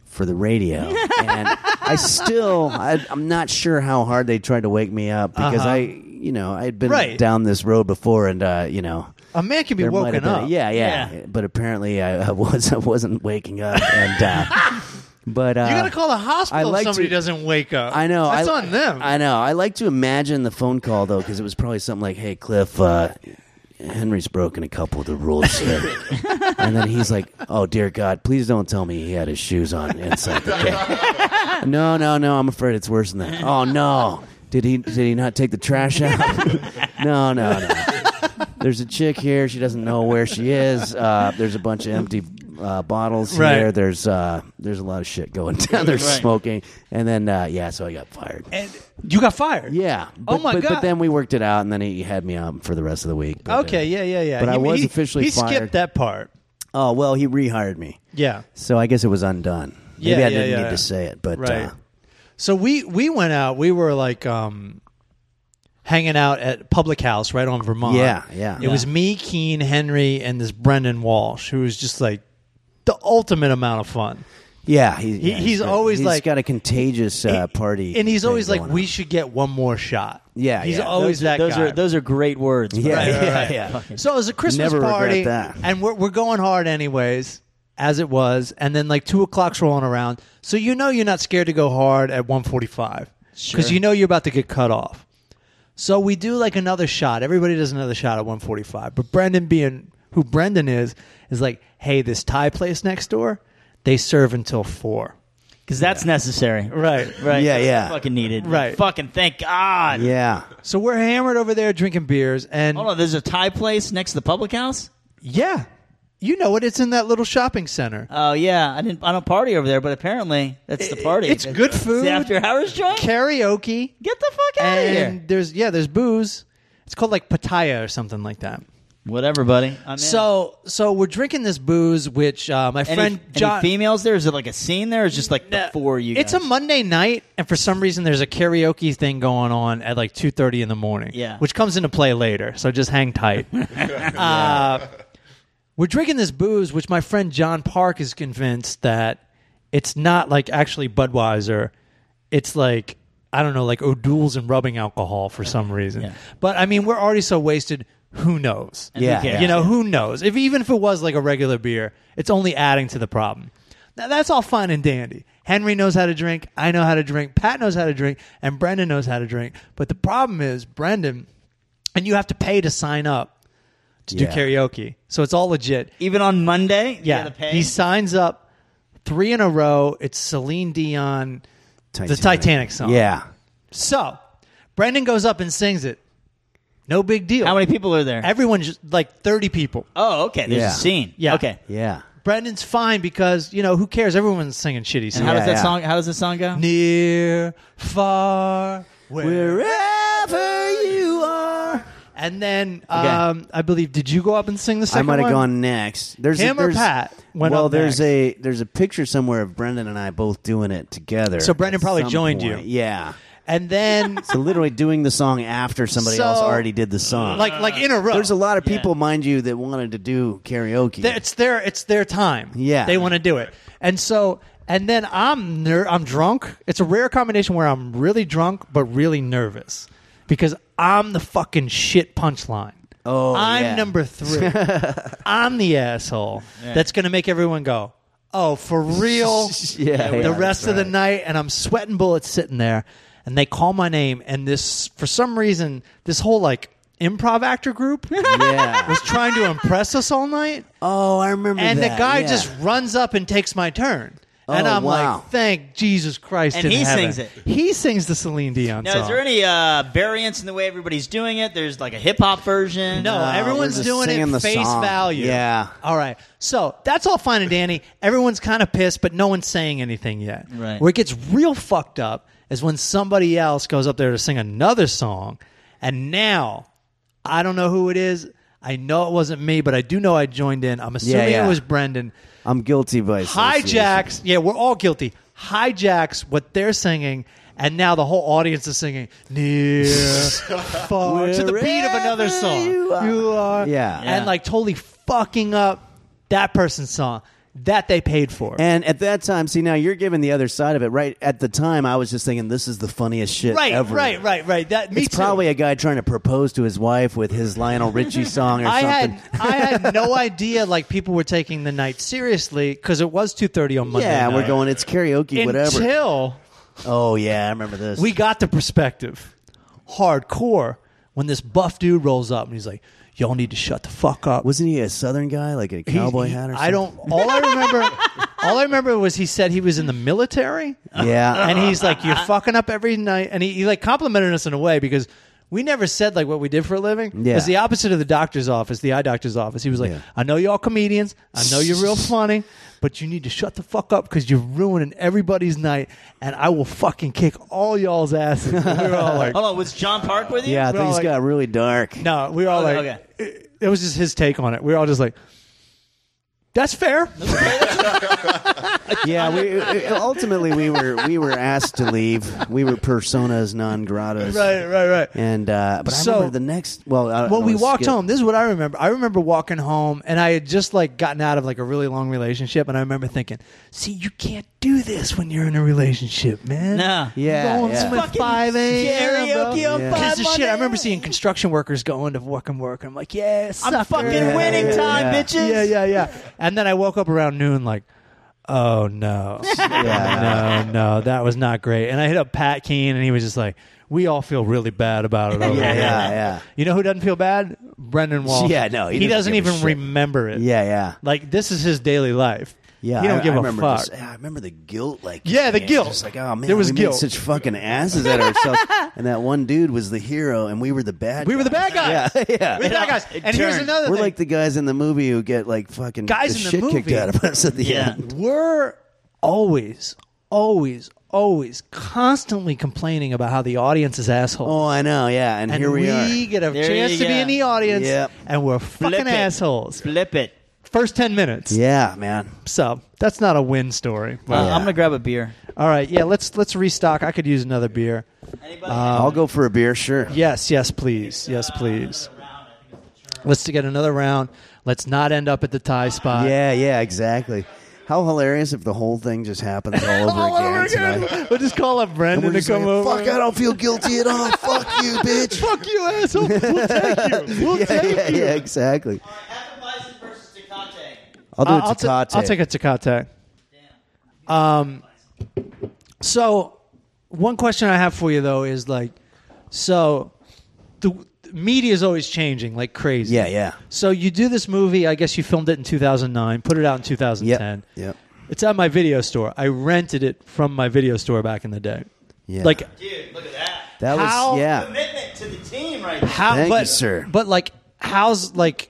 for the radio, and I still I, I'm not sure how hard they tried to wake me up because I you know I had been
Uh-huh. Right.
down this road before, and uh, you know.
A man can be
There might
woken
have been-
up.
yeah, yeah,
Yeah.
But apparently, I, I was I wasn't waking up, and uh, but uh,
You gotta call the hospital
I like
if somebody
to-
doesn't wake up.
I know.
That's
I,
on them.
I know. I like to imagine the phone call though, because it was probably something like, "Hey, Cliff, uh, Henry's broken a couple of the rules here," and then he's like, "Oh dear God, please don't tell me he had his shoes on inside the car." no, no, no. I'm afraid it's worse than that. Oh no, did he did he not take the trash out? no, no, no. There's a chick here. She doesn't know where she is. Uh, there's a bunch of empty uh, bottles
Right.
here. There's uh, there's a lot of shit going down. There's
Right.
smoking, and then uh, yeah, so I got fired.
And you got fired.
yeah.
Oh
But,
my
but,
God.
But then we worked it out, and then he had me out for the rest of the week. But, uh,
Okay. Yeah. Yeah. Yeah.
But I was
he,
officially
he
fired.
skipped that part.
Oh well, he rehired me.
Yeah.
So I guess it was undone. Maybe
Yeah,
I
yeah,
didn't
yeah,
need
yeah.
to say it, but
Right.
uh,
So we we went out. We were like um, hanging out at Public House right on Vermont.
Yeah, yeah.
It was me, Keen, Henry, and this Brendan Walsh, who was just like the ultimate amount of fun.
yeah, he, yeah,
he's
got-
always
he's
like-
got a contagious uh, party,
and he's
thing
always like,
going on.
"We should get one more shot."
Yeah,
he's
yeah.
always that
those, those
guy.
are those are great words.
yeah,
Right,
yeah,
right.
yeah.
So it was a Christmas
Never regret
party,
that.
and we're we're going hard anyways, as it was. And then like two o'clock's rolling around, so you know you're not scared to go hard at one forty-five because
Sure.
you know you're about to get cut off. So we do like another shot. Everybody does another shot at one forty-five, but Brendan being who Brendan is is like, hey, this Thai place next door, they serve until four.
because that's necessary.
Right,
Right.
Yeah, yeah.
Fucking needed.
Right.
Fucking thank God.
Yeah,
So we're hammered over there drinking beers, and
Hold on. There's a Thai place next to the public house.
yeah, you know it. It's in that little shopping center.
Oh yeah, I didn't. I don't party over there, but apparently that's the party.
It's good food.
The after hours joint.
karaoke
Get the fuck out of
and
here.
there's yeah there's booze it's called like pataya or something like that
Whatever, buddy. I'm in.
so so we're drinking this booze which uh, my
any,
friend
any
john
females there? Is it like a scene there? Or is it just like before you?
it's a
guys?
monday night and for some reason there's a karaoke thing going on at like 2.30 in the morning
Yeah.
which comes into play later so just hang tight uh, we're drinking this booze which my friend john park is convinced that it's not like actually budweiser it's like i don't know like o'doul's and rubbing alcohol for some reason
Yeah.
but i mean we're already so wasted who knows
yeah,
cares?
yeah.
you know, who knows? If even if it was like a regular beer, it's only adding to the problem. Now that's all fine and dandy. Henry knows how to drink. I know how to drink. Pat knows how to drink, and Brendan knows how to drink. But the problem is Brendan, and you have to pay to sign up to do
Yeah.
karaoke. So it's all legit.
even on Monday. you
Yeah,
gotta pay?
he signs up three in a row. It's Celine Dion, the Titanic song.
Yeah,
So Brendan goes up and sings it. No big deal.
How many people are there?
Everyone just like thirty people.
oh, okay. There's
Yeah.
a scene.
Yeah.
Okay.
yeah.
Brendan's fine because you know who cares? Everyone's singing shitty
And
songs.
how
Yeah,
does that
yeah.
song? How does the song go?
Near, far, where?
Wherever you are,
And then um, I believe did you go up and sing the
I
second
might have
one?
gone next. There's
Him or
a, there's,
Pat went
well,
up
there's
next.
a there's a picture somewhere of Brendan and I both doing it together.
So Brendan
at
probably
some
joined
point.
you.
Yeah.
And then
So literally doing the song after somebody
So-
else already did the song.
like like in a row.
there's a lot of people, mind you, that wanted to do karaoke.
Th- It's their it's their time.
Yeah.
they want to do it. And so and then I'm ner- I'm drunk. It's a rare combination where I'm really drunk but really nervous because I'm the fucking shit punchline.
Oh,
I'm
yeah.
number three. I'm the asshole that's going to make everyone go, oh, for real?
yeah,
the
yeah,
rest
that's
of the
right.
night, and I'm sweating bullets sitting there, and they call my name, and this, for some reason, this whole like improv actor group
Yeah.
was trying to impress us all night,
oh, I remember.
and the
that,
guy
yeah.
just runs up and takes my turn. and
Oh,
I'm
wow.
like, thank Jesus Christ.
And
in
he
heaven."
sings it.
He sings the Celine Dion
Now,
song.
is there any uh, variance in the way everybody's doing it? There's like a hip hop version.
No,
No,
everyone's
we're just
doing
singing
it
the
face
song.
value.
Yeah.
All right. So that's all fine and dandy. Everyone's kind of pissed, but no one's saying anything yet.
Right.
Where it gets real fucked up is when somebody else goes up there to sing another song, and now I don't know who it is. I know it wasn't me, but I do know I joined in. I'm assuming
yeah.
it was Brendan.
I'm guilty by association.
Hijacks. Yeah, we're all guilty. Hijacks what they're singing. And now the whole audience is singing near, far to the beat of another
Wherever
song.
you are.
You
Yeah.
and like totally fucking up that person's song that they paid for.
And at that time, see now you're giving the other side of it. Right at the time, I was just thinking this is the funniest shit
right,
ever.
right, right, right. That me
It's
too.
probably a guy trying to propose to his wife with his Lionel Richie song or
I had
something.
I had no idea like people were taking the night seriously because it was two thirty on Monday.
yeah, we're
night.
going. It's karaoke, whatever.
until
oh yeah, I remember this.
we got the perspective hardcore when this buff dude rolls up and he's like, "Y'all need to shut the fuck up."
wasn't he a Southern guy, like a
He-
cowboy
he-
hat or something?
I don't. All I remember, all I remember was he said he was in the military.
Yeah,
and he's like, "You're fucking up every night," and he, he like complimented us in a way because. we never said like what we did for a living.
Yeah.
It's the opposite of the doctor's office, the eye doctor's office. He was like,
Yeah.
I know y'all comedians, I know you're real funny, but you need to shut the fuck up because you're ruining everybody's night, and I will fucking kick all y'all's asses. And we were all like,
Hold on, was John Park with you?
Yeah,
Well,
things
like-
got really dark.
no, we were all
Okay,
like, It, it was just his take on it. We were all just like, that's fair.
Yeah, we ultimately we were we were asked to leave. We were personas non gratas.
right, right, right.
And uh, but I
So-
remember the next. Well, I,
Well,
I
we
wanna
walked
skip-
home. This is what I remember. I remember walking home, and I had just like gotten out of like a really long relationship, and I remember thinking, "See, you can't do this when you're in a relationship, man.
No.
Yeah,
going
yeah.
swim at
Fucking
five a.m.
karaoke
bro.
on
Yeah.
five
Piece of shit.
Monday
I remember
night.
seeing construction workers going to work and work. and I'm like, yeah, sucker.
I'm fucking
Yeah,
winning
yeah,
time,
yeah.
bitches.
Yeah, yeah, yeah. And then I woke up around noon, like, oh no,
Yeah.
no, no, that was not great. And I hit up Pat Keene, and he was just like, "We all feel really bad about it." Over
Yeah,
here."
yeah, yeah.
You know who doesn't feel bad? Brendan Walsh.
Yeah, no, he
he,
doesn't
doesn't,
give a
even
shit.
remember it.
Yeah, yeah,
like this is his daily life.
yeah.
he don't
I,
give
I
a
remember
fuck.
just- yeah, I remember the guilt. Like,
Yeah, the
man,
guilt.
Just like, oh man,
There was
we made
guilt.
such fucking asses at ourselves. and that one dude was the hero, and we were the bad.
We were the bad
guys.
guys.
Yeah, yeah.
We're the bad guys.
It
And here's
turned.
another
We're
thing.
like the guys in the movie who get like fucking
Guys
the
in the
shit kicked
movie.
out of us at the
Yeah.
end.
we're always, always, always constantly complaining about how the audience is assholes.
Oh, I know. Yeah, and,
and
here we,
we,
are.
get a
There
chance
you
to be
go.
in the audience,
Yep.
and we're fucking
it.
assholes.
Flip it.
First ten minutes.
Yeah, man.
So that's not a win story.
Uh,
Yeah.
I'm gonna grab a beer.
All right, yeah, let's let's restock. I could use another beer.
Anybody?
Um,
I'll go for a beer, sure.
Yes, yes, please. Yes, please. Let's to get another round. Let's not end up at the tie spot.
Yeah, yeah, exactly. How hilarious if the whole thing just happens all over
All
again
over again.
tonight.
We'll just call up
And we're
Brendan to
just
come
like,
over.
Fuck, I don't feel guilty at all. Fuck you, bitch.
Fuck you, asshole. We'll take you. We'll
yeah,
take
yeah,
you.
yeah, exactly.
Bison versus Tecate.
I'll do
I'll,
a
I'll ta-
tecate.
I'll take a Tecate. Um, so one question I have for you though is like, so the the media is always changing like crazy.
Yeah, yeah.
So you do this movie. I guess you filmed it in 2009, put it out in 2010.
Yep. Yep.
It's at my video store. I rented it from my video store back in the day.
Yeah.
Like
Dude, look at that.
that was
how-
yeah.
Commitment to the team right
how?
Thank you,
but
sir.
but like how's like,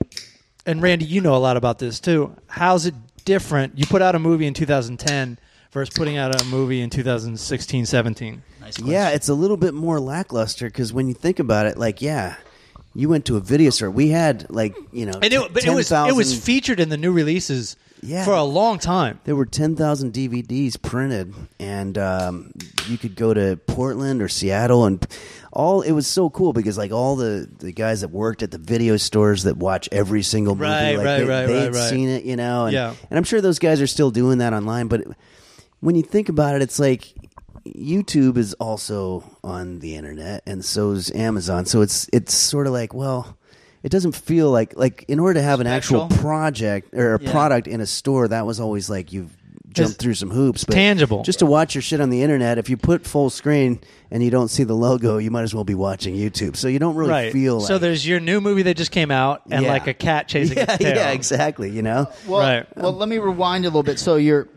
and Randy, you know a lot about this too. How's it different? You put out a movie in 2010 versus putting out a movie in 2016, 17.
Nice
Yeah, it's a little bit more lackluster because when you think about it, like, yeah, you went to a video store. We had like you know,
And it, but it was it
10,000
was featured in the new releases
Yeah.
for a long time.
There were 10,000 DVDs printed, and um, you could go to Portland or Seattle, and all it was so cool because like all the, the guys that worked at the video stores that watch every single movie,
Right,
like
right,
they,
right,
they'd
right, right.
seen it, you know, and,
Yeah.
and I'm sure those guys are still doing that online, but when you think about it, it's like YouTube is also on the internet, and so is Amazon, so it's it's sort of like well. It doesn't feel like like in order to have an actual
Special.
project or a
Yeah.
product in a store, that was always like you've jumped
It's-
through some hoops. But
tangible.
Just to watch your shit on the internet, if you put full screen and you don't see the logo, you might as well be watching YouTube. So you don't really feel
so
like,
there's your new movie that just came out and
Yeah.
like a cat chasing
yeah,
its tail.
yeah, exactly. You know,
Well,
Right.
well, let me rewind a little bit. So you're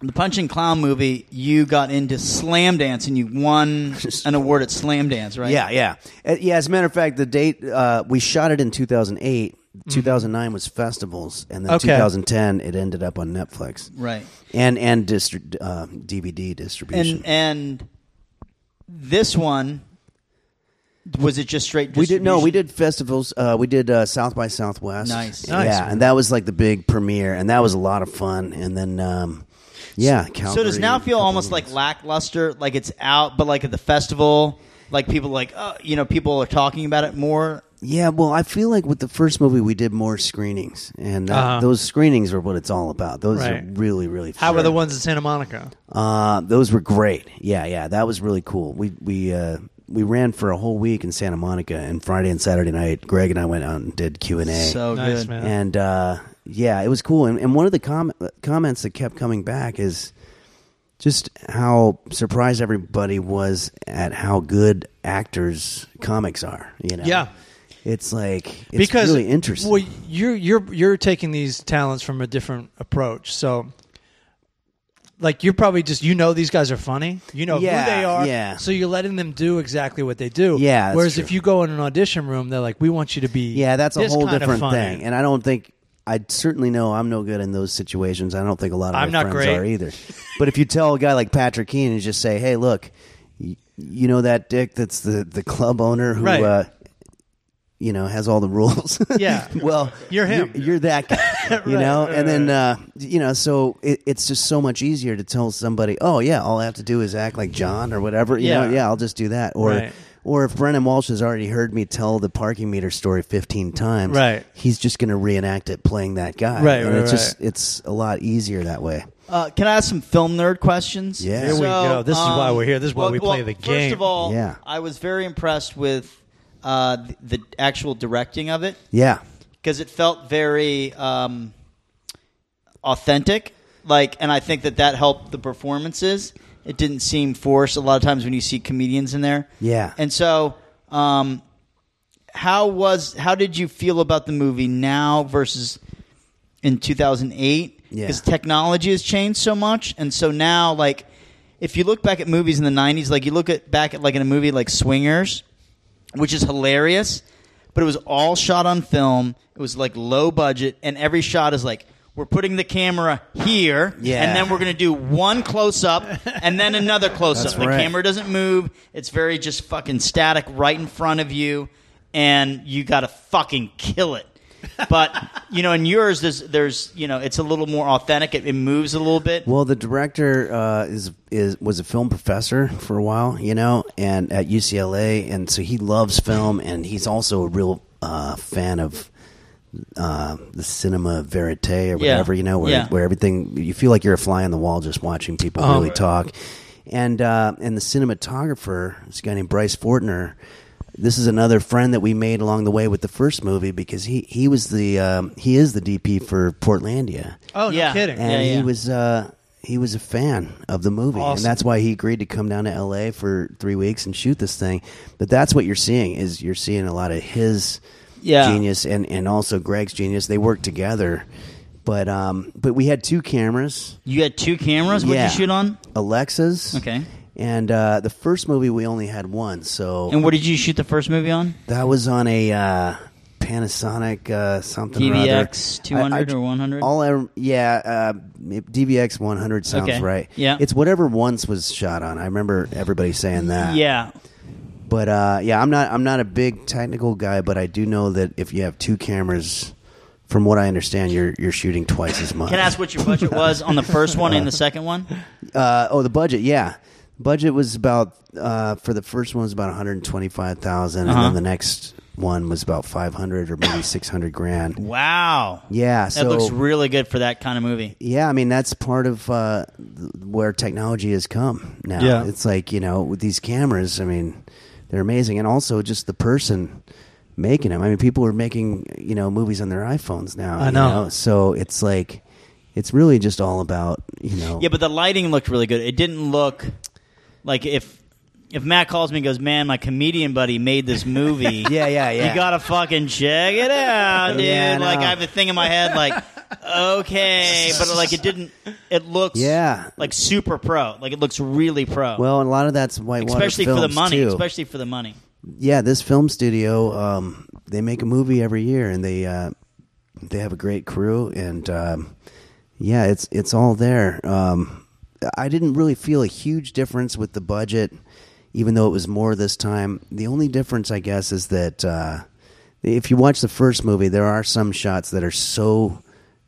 the Punch and Clown movie. You got into slam dance and you won an award at slam dance, right?
yeah, yeah, Uh, yeah. As a matter of fact, the date uh, we shot it in 2008. 2009 was festivals, and then
Mm-hmm. Okay.
2010 it ended up on Netflix,
Right.
And and distri- uh, DVD distribution.
And and this one was it just straight?
We did no, we
distribution?
did festivals. Uh, we did uh, South by Southwest.
Nice.
yeah,
Nice.
and that was like the big premiere, and that was a lot of fun. And then, um, yeah, Calgary,
So does now feel
couple
almost
of
like
those.
lackluster, like it's out, but like at the festival, like people like uh, you know people are talking about it more.
yeah. Well, I feel like with the first movie, we did more screenings, and that,
Uh-huh.
those screenings are what it's all about. Those are
Right.
really, really.
How
fun.
are the ones in Santa Monica?
Uh, those were great. Yeah, yeah, that was really cool. We we uh, we ran for a whole week in Santa Monica, and Friday and Saturday night, Greg and I went out and did Q and A.
So
nice
good.
man.
and uh, yeah, it was cool. And, and one of the com- comments that kept coming back is just how surprised everybody was at how good actors comics are. You know,
Yeah.
it's like it's
because
really interesting.
Well, you're you're you're taking these talents from a different approach. So like you're probably just you know these guys are funny. You know
Yeah,
who they are.
yeah.
So you're letting them do exactly what they do.
Yeah, that's
Whereas
true.
if you go in an audition room, they're like, "We want you to be."
Yeah, that's a
this
whole
kind of
different
funny."
thing. And I don't think I certainly know I'm no good in those situations. I don't think a lot of
I'm
my
not
friends
great.
are either. But if you tell a guy like Patrick Keane and just say, "Hey, look, y- you know that dick that's the the club owner who
Right.
uh, you know has all the rules."
Yeah.
well,
You're him.
You're, that guy. You know, and then uh, you know, so it, it's just so much easier to tell somebody, "Oh yeah, all I have to do is act like John or whatever." You
Yeah.
know, yeah, I'll just do that. Or
Right.
or if Brennan Walsh has already heard me tell the parking meter story 15 times,
Right.
he's just going to reenact it playing that guy.
Right,
And
right,
it's just,
right.
it's a lot easier that way.
Uh, can I ask some film nerd questions? um,
Yeah. Here we
go. This is why we're here. This is why we play the game.
First of all,
Yeah.
I was very impressed with uh, the, the actual directing of it
Yeah.
because it felt very um, authentic. Like, and I think that that helped the performances. It didn't seem forced. A lot of times when you see comedians in there,
Yeah.
And so, um, how was how did you feel about the movie now versus in 2008?
Yeah.
Because technology has changed so much, and so now, like, if you look back at movies in the 90s, like you look at back at like in a movie like Swingers, which is hilarious, but it was all shot on film. It was like low budget, and every shot is like we're putting the camera here,
Yeah.
and then we're gonna do one close up and then another close up.
That's
The
right.
camera doesn't move. It's very just fucking static right in front of you, and you gotta fucking kill it. But you know, in yours, there's there's you know, it's a little more authentic. It, it moves a little bit.
Well, the director uh, is is was a film professor for a while, you know, and at UCLA, and so he loves film, and he's also a real uh, fan of uh, the cinema verite or whatever, you know, where
Yeah.
where everything you feel like you're a fly on the wall just watching people really talk, and uh, and the cinematographer, this guy named Bryce Fortner. This is another friend that we made along the way with the first movie because he, he was the um, he is the DP for Portlandia
Oh,
Yeah.
no kidding.
and
Yeah, yeah.
he was uh, he was a fan of the movie,
Awesome.
and that's why he agreed to come down to L.A. for three weeks and shoot this thing. But that's what you're seeing is you're seeing a lot of his
Yeah.
genius and and also Greg's genius. They work together, but um, but we had two cameras.
You had two cameras. What'd
Yeah.
you shoot on?
Alexa's
Okay.
And uh, the first movie we only had one, so
And what did you shoot the first movie on?
that was on a uh, Panasonic uh, something or other.
DVX 200
I- I-
or 100?
All I, yeah, uh, DVX 100 sounds
Okay.
right.
Yeah.
it's whatever once was shot on. I remember everybody saying that.
Yeah.
but uh, yeah, I'm not I'm not a big technical guy, but I do know that if you have two cameras, from what I understand, you're you're shooting twice as much.
Can I ask what your budget was on the first one and the second one?
Uh, oh, the budget, yeah. Budget was about uh, for the first one was about 125,000 and
Uh-huh.
then the next one was about 500 or maybe 600 grand.
Wow.
Yeah,
That
so
looks really good for that kind of movie.
yeah, I mean that's part of uh, th- where technology has come now.
Yeah.
It's like you know with these cameras, I mean they're amazing, and also just the person making them. I mean people are making you know movies on their iPhones now.
I
you
know.
so it's like it's really just all about you know.
Yeah, but the lighting looked really good. It didn't look like if if Matt calls me and goes, "Man, my comedian buddy made this movie."
yeah, yeah, yeah.
You gotta fucking check it out, dude.
Yeah, I
like
know.
I have a thing in my head, like okay, but like it didn't. It looks
Yeah.
like super pro. Like it looks really pro.
Well, and a lot of that's whitewater
especially for the
films,
money.
too.
Especially for the money.
yeah, this film studio, um, they make a movie every year, and they uh, they have a great crew, and um, yeah, it's it's all there. Um, I didn't really feel a huge difference with the budget, even though it was more this time. The only difference, I guess, is that uh, if you watch the first movie, there are some shots that are so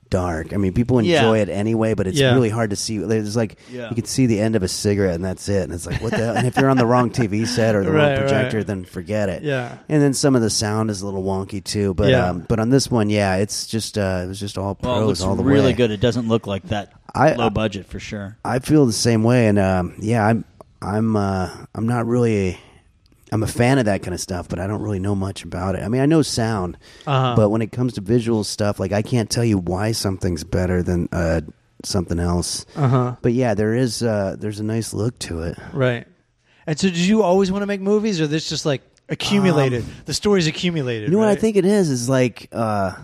dark. I mean, people
Yeah.
enjoy it anyway, but it's
Yeah.
really hard to see. There's like
Yeah.
you can see the end of a cigarette, and that's it. And it's like what the hell? and if you're on the wrong TV set or the
Right,
wrong projector,
right.
then forget it.
Yeah.
And then some of the sound is a little wonky too. But
Yeah.
um, but on this one, yeah, it's just uh, it was just all pros
Well, it looks
all the
really
way.
good. It doesn't look like that
I-
low budget for sure.
I feel the same way, and um, yeah, I'm I'm uh, I'm not really I'm a fan of that kind of stuff, but I don't really know much about it. I mean, I know sound,
Uh-huh.
but when it comes to visual stuff, like I can't tell you why something's better than uh, something else.
Uh-huh.
But yeah, there is uh, there's a nice look to it.
Right. And so, did you always want to make movies, or this just like accumulated? the stories accumulated.
Um, You know what I
right?
think it is is like uh,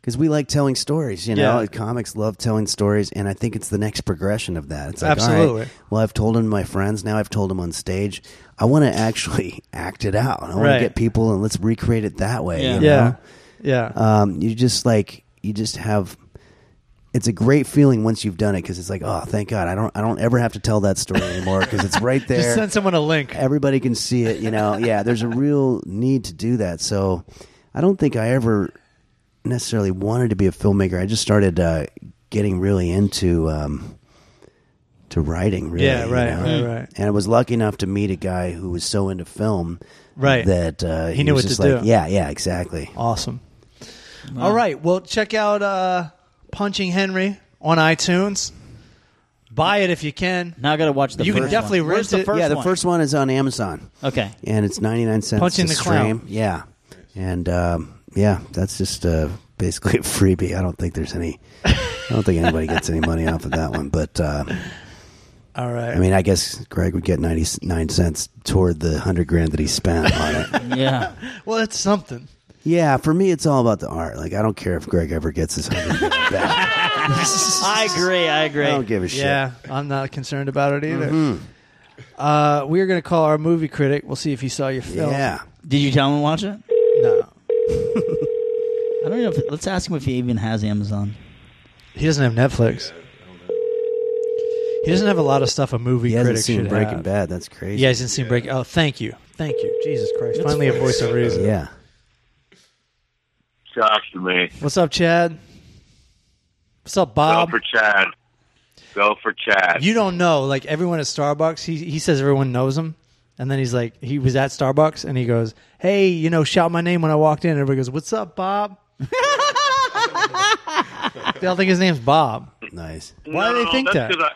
because we like telling stories. You know,
Yeah.
comics love telling stories, and I think it's the next progression of that. It's like, all
Absolutely.
right, well, I've told them to my friends. Now I've told them on stage. I want to actually act it out. I want
Right.
to get people, and let's recreate it that way.
Yeah.
you know?
Yeah. Yeah.
um, you just like you just have it's a great feeling once you've done it because it's like oh thank god i don't i don't ever have to tell that story anymore because it's right
Just
there
send someone a link.
everybody can see it you know yeah there's a real need to do that so i don't think i ever necessarily wanted to be a filmmaker i just started uh, getting really into um, to writing really
Yeah,
you
right,
know?
right, right.
and i was lucky enough to meet a guy who was so into film
Right.
that uh, he,
knew
was
what
just
to
like
do.
yeah yeah exactly
Awesome. All right. Well, check out uh, Punching Henry on iTunes. Buy it if you can.
Now I got to watch the
You
first
can definitely
one.
rent
Where's the
it.
first
yeah the
one?
first one is on amazon
Okay.
and it's 99 cents
Punching
to
the
stream.
clown.
Yeah. And um, yeah, that's just uh, basically a freebie. I don't think there's any I don't think anybody gets any money off of that one, but uh,
All right.
I mean, I guess Greg would get 99 cents toward the 100 grand that he spent on it.
Yeah.
well, that's something.
yeah, for me it's all about the art. Like I don't care if Greg ever gets his 100 grand back.
I agree. I agree.
I don't give a shit.
Yeah, I'm not concerned about it either.
Mm-hmm.
Uh, we are going to call our movie critic. We'll see if he saw your film.
Yeah.
Did you tell him to watch it?
No.
I don't know. If, let's ask him if he even has Amazon.
He doesn't have Netflix. He doesn't have a lot of stuff a movie
He hasn't
critic
seen
should
Breaking
have.
Bad. That's crazy.
Yeah, he hasn't seen Breaking. Oh, thank you, thank you, Jesus Christ! Finally, a voice of reason.
Yeah.
Josh to me.
What's up, Chad? What's up,
Go
Bob?
for Chad. Go for Chad.
Um, You don't know. Like everyone at Starbucks, he he says everyone knows him, and then he's like, he was at Starbucks, and he goes, "Hey, you know, shout my name when I walked in." Everybody goes, "What's up, Bob?" they all think his name's Bob.
Nice.
Why do they think
that's
that?
'cause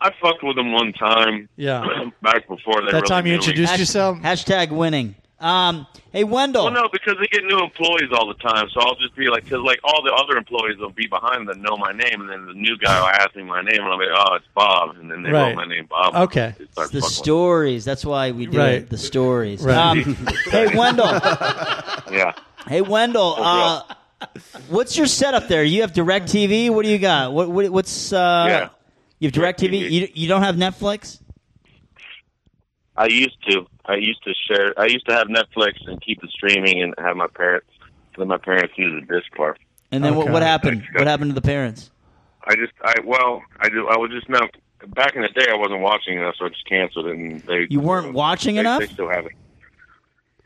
I, I fucked with him one time.
Yeah.
Back before they
That
really
time you
knew
introduced
Me.
yourself.
Hashtag winning. Um, hey Wendell.
Well, no, because they get new employees all the time, so I'll just be like, because like all the other employees will be behind that know my name, and then the new guy will ask me my name, and I'll be, oh, it's Bob, and then they
Right.
wrote my name Bob.
Okay.
They start
The
fucking with
stories. That's why we do
Right.
it. The stories.
Right.
Um, hey Wendell.
me. Yeah.
Hey Wendell. Uh, what's your setup there? You have Direct TV. What do you got? What, what what's uh?
Yeah.
You have Direct TV.
DirecTV.
You you don't have Netflix.
I used to. I used to share. I used to have Netflix and keep it streaming and have my parents. Then my parents used the disc part.
And then what,
Okay.
what happened? What happened to the parents?
I just, I well, I do. I was just not. Back in the day, I wasn't watching enough, so I just canceled it. And they uh,
You weren't watching
they,
enough?
They still have it.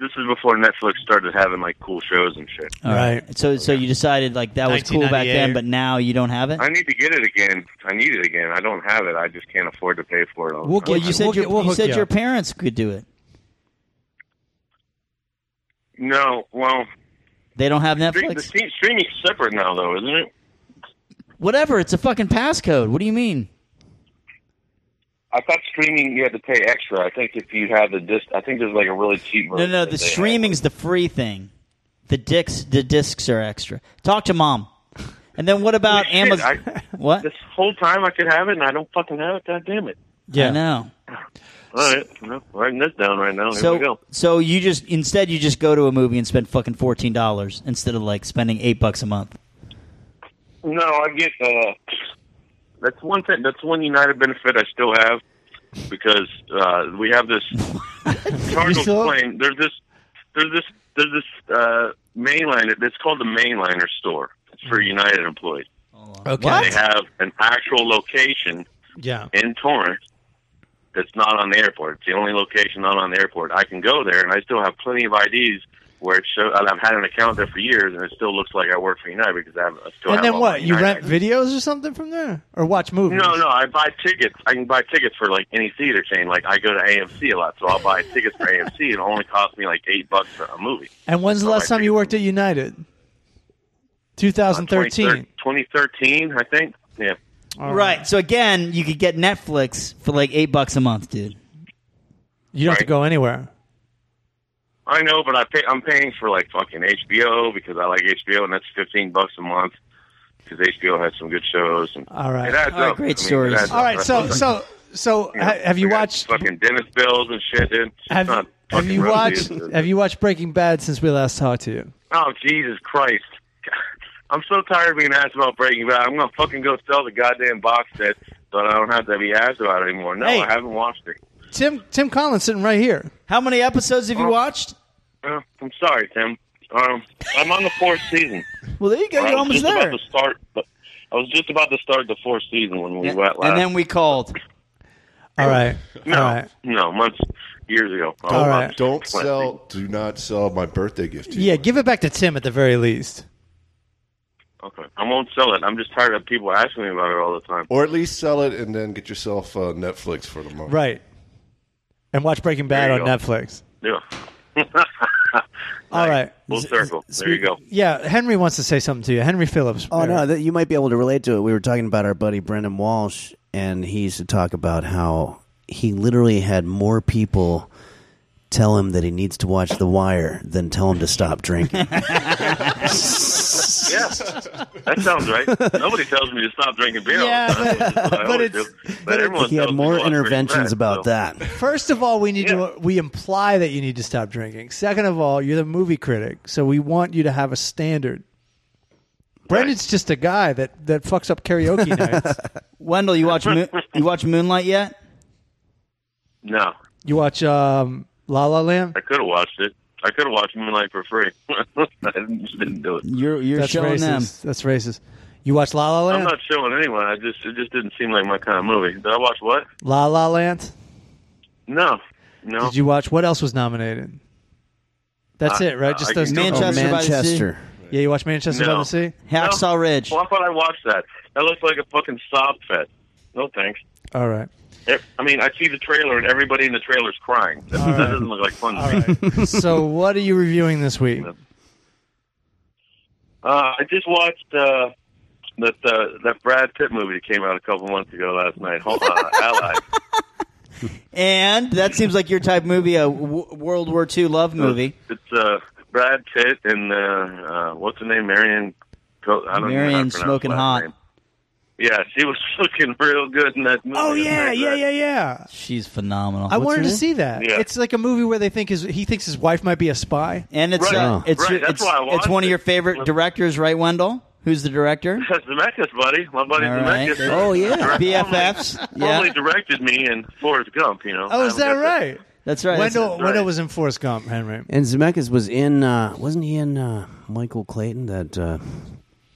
This is before Netflix started having like cool shows and shit.
All
Right.
So so you decided like that was cool back
1998.
then, but now you don't have it.
I need to get it again. I need it again. I don't have it. I just can't afford to pay for it. All the
We'll
time.
Well,
get
you said
We'll
your,
get- we'll
you
hook
said
you
your
up.
parents could do it.
no, well,
They don't have
stream, the
Netflix.
stream, streaming's separate now, though, isn't it?
Whatever. It's a fucking passcode. What do you mean?
I thought streaming you had to pay extra. I think if you had the disc, I think there's like a really cheap.
No,
version
no,
that
the
they have.
streaming's the free thing. The dicks, the discs are extra. Talk to mom. And then what about
Shit,
Amazon?
I-
What?
This whole time I could have it, and I don't fucking have it. God damn it!
I know.
All right, well, writing this down right now. Here we
So,
go.
so you just instead you just go to a movie and spend fucking fourteen dollars instead of like spending eight bucks a month.
No, I get. Uh, that's one thing. That's one United benefit I still have because uh, we have this Cardinals
still-
plane. There's this. There's this. There's this uh, mainline. It's called the Mainliner store. It's for United employees.
Okay.
They have an actual location
Yeah.
in Torrance that's not on the airport. It's the only location not on the airport. I can go there, and I still have plenty of IDs where it shows. I've had an account there for years, and it still looks like I work for United because I have. I still
And
have
then
all
what?
my
You
United
rent
IDs.
videos or something from there, or watch movies?
No, no. I buy tickets. I can buy tickets for like any theater chain. Like I go to AMC a lot, so I'll buy tickets for AMC. It only costs me like eight bucks for a movie.
And when's the
Oh,
last
I
time
see.
you worked at United? 2013.
2013, I think. Yeah.
Right. So again, you could get Netflix for like eight bucks a month, dude.
You don't have to
Right.
go anywhere.
I know, but I pay, I'm paying for like fucking HBO because I like HBO, and that's fifteen bucks a month because HBO has some good shows. And
All right.
it adds
All right,
up.
great
I mean, it
stories.
adds
All
up.
right. So,
That's
so, so,
like,
ha- have you
I got
watched?
fucking dentist bills and shit? Dude. It's
Have,
not
have
fucking
you
rosy.
watched?
It's-
Have you watched Breaking Bad since we last talked to you?
Oh Jesus Christ! Oh, I'm so tired of being asked about Breaking Bad. I'm gonna fucking go sell the goddamn box set so I don't have to be asked about it anymore. No,
Hey.
I haven't watched it.
Tim Tim Collins sitting right here.
How many episodes have you
Oh.
watched?
Uh, I'm sorry, Tim. Um, I'm on the fourth season.
Well, there you go.
I
You're
was
almost
just
there.
about to start. But I was just about to start the fourth season when we uh, went last.
and then we called.
All right.
no,
All right.
no, months, years ago. Oh,
All right.
months.
Don't sell. Do not sell my birthday gift. To you.
Yeah, give it back to Tim at the very least.
Okay, I won't sell it. I'm just tired of people asking me about it all the time.
Or at least sell it and then get yourself uh, Netflix for the month.
Right. And watch Breaking Bad
There
on
you go.
Netflix.
Yeah.
All right.
Full
Z-
circle. There you go.
Yeah, Henry wants to say something to you. Henry Phillips.
Oh no, that you might be able to relate to it. We were talking about our buddy Brendan Walsh, and he used to talk about how he literally had more people tell him that he needs to watch The Wire than tell him to stop drinking.
Yeah, that sounds right. Nobody tells me to stop drinking beer.
Yeah,
all the time. But, I always
it's-
do.
but it-
everyone
he had
tells me
more
to watch Breaking
interventions
Bad,
about
so-
that.
First of all, we need
Yeah.
to we imply that you need to stop drinking. Second of all, you're the movie critic, so we want you to have a standard. Brendan's just a guy that that fucks up karaoke nights.
Wendell, you watch Moon, you watch Moonlight yet?
No,
You watch um, La La Land.
I could have watched it. I could have watched Moonlight for free. I just didn't do it.
You're you're
That's
showing
racist.
them.
That's racist. You watch La La
I'm
Land.
not showing anyone. I just it just didn't seem like my kind of movie. Did I watch what?
La La Land.
No, no.
Did you watch what else was nominated? That's
Uh,
it, right?
I
Just
can-
those two.
Manchester
Oh,
by the Sea.
Manchester.
Yeah, you watch Manchester
No.
by the Sea.
Hacksaw Ridge.
Why thought I watched that? That looks like a fucking sob fest. No thanks.
All right.
E- I mean, I see the trailer and everybody in the trailer's crying. That, that doesn't look like fun to me.
so what are you reviewing this week?
Uh, I just watched uh, that uh, that Brad Pitt movie that came out a couple months ago last night. uh, Hold on, Ally.
And that seems like your type movie, a w- World War II love movie.
It's uh, Brad Pitt and uh, uh, what's her name, Marion. Co- I don't know how to
Marion
pronounce
Smoking
her last
Hot.
name. Yeah, she was looking real good in that movie.
Oh yeah,
That-
yeah, yeah, yeah.
She's phenomenal.
I
What's
wanted
her
to
name?
see that.
Yeah.
It's like a movie where they think his he thinks his wife might be a spy.
And it's
Right.
uh, it's
Right,
your-
that's
it's,
why I
it's
watched
one of
it.
your favorite directors, right, Wendell? Who's the director?
That's Zemeckis, buddy. My buddy
All right.
Zemeckis.
Oh yeah.
BFFs.
Only
Yeah,
directed me in Forrest Gump, you know.
Oh, is
I
that
haven't got
right?
that's right. that's
Wendell
right.
Wendell was in Forrest Gump, Henry.
And Zemeckis was in, uh, wasn't he in uh, Michael Clayton? That uh,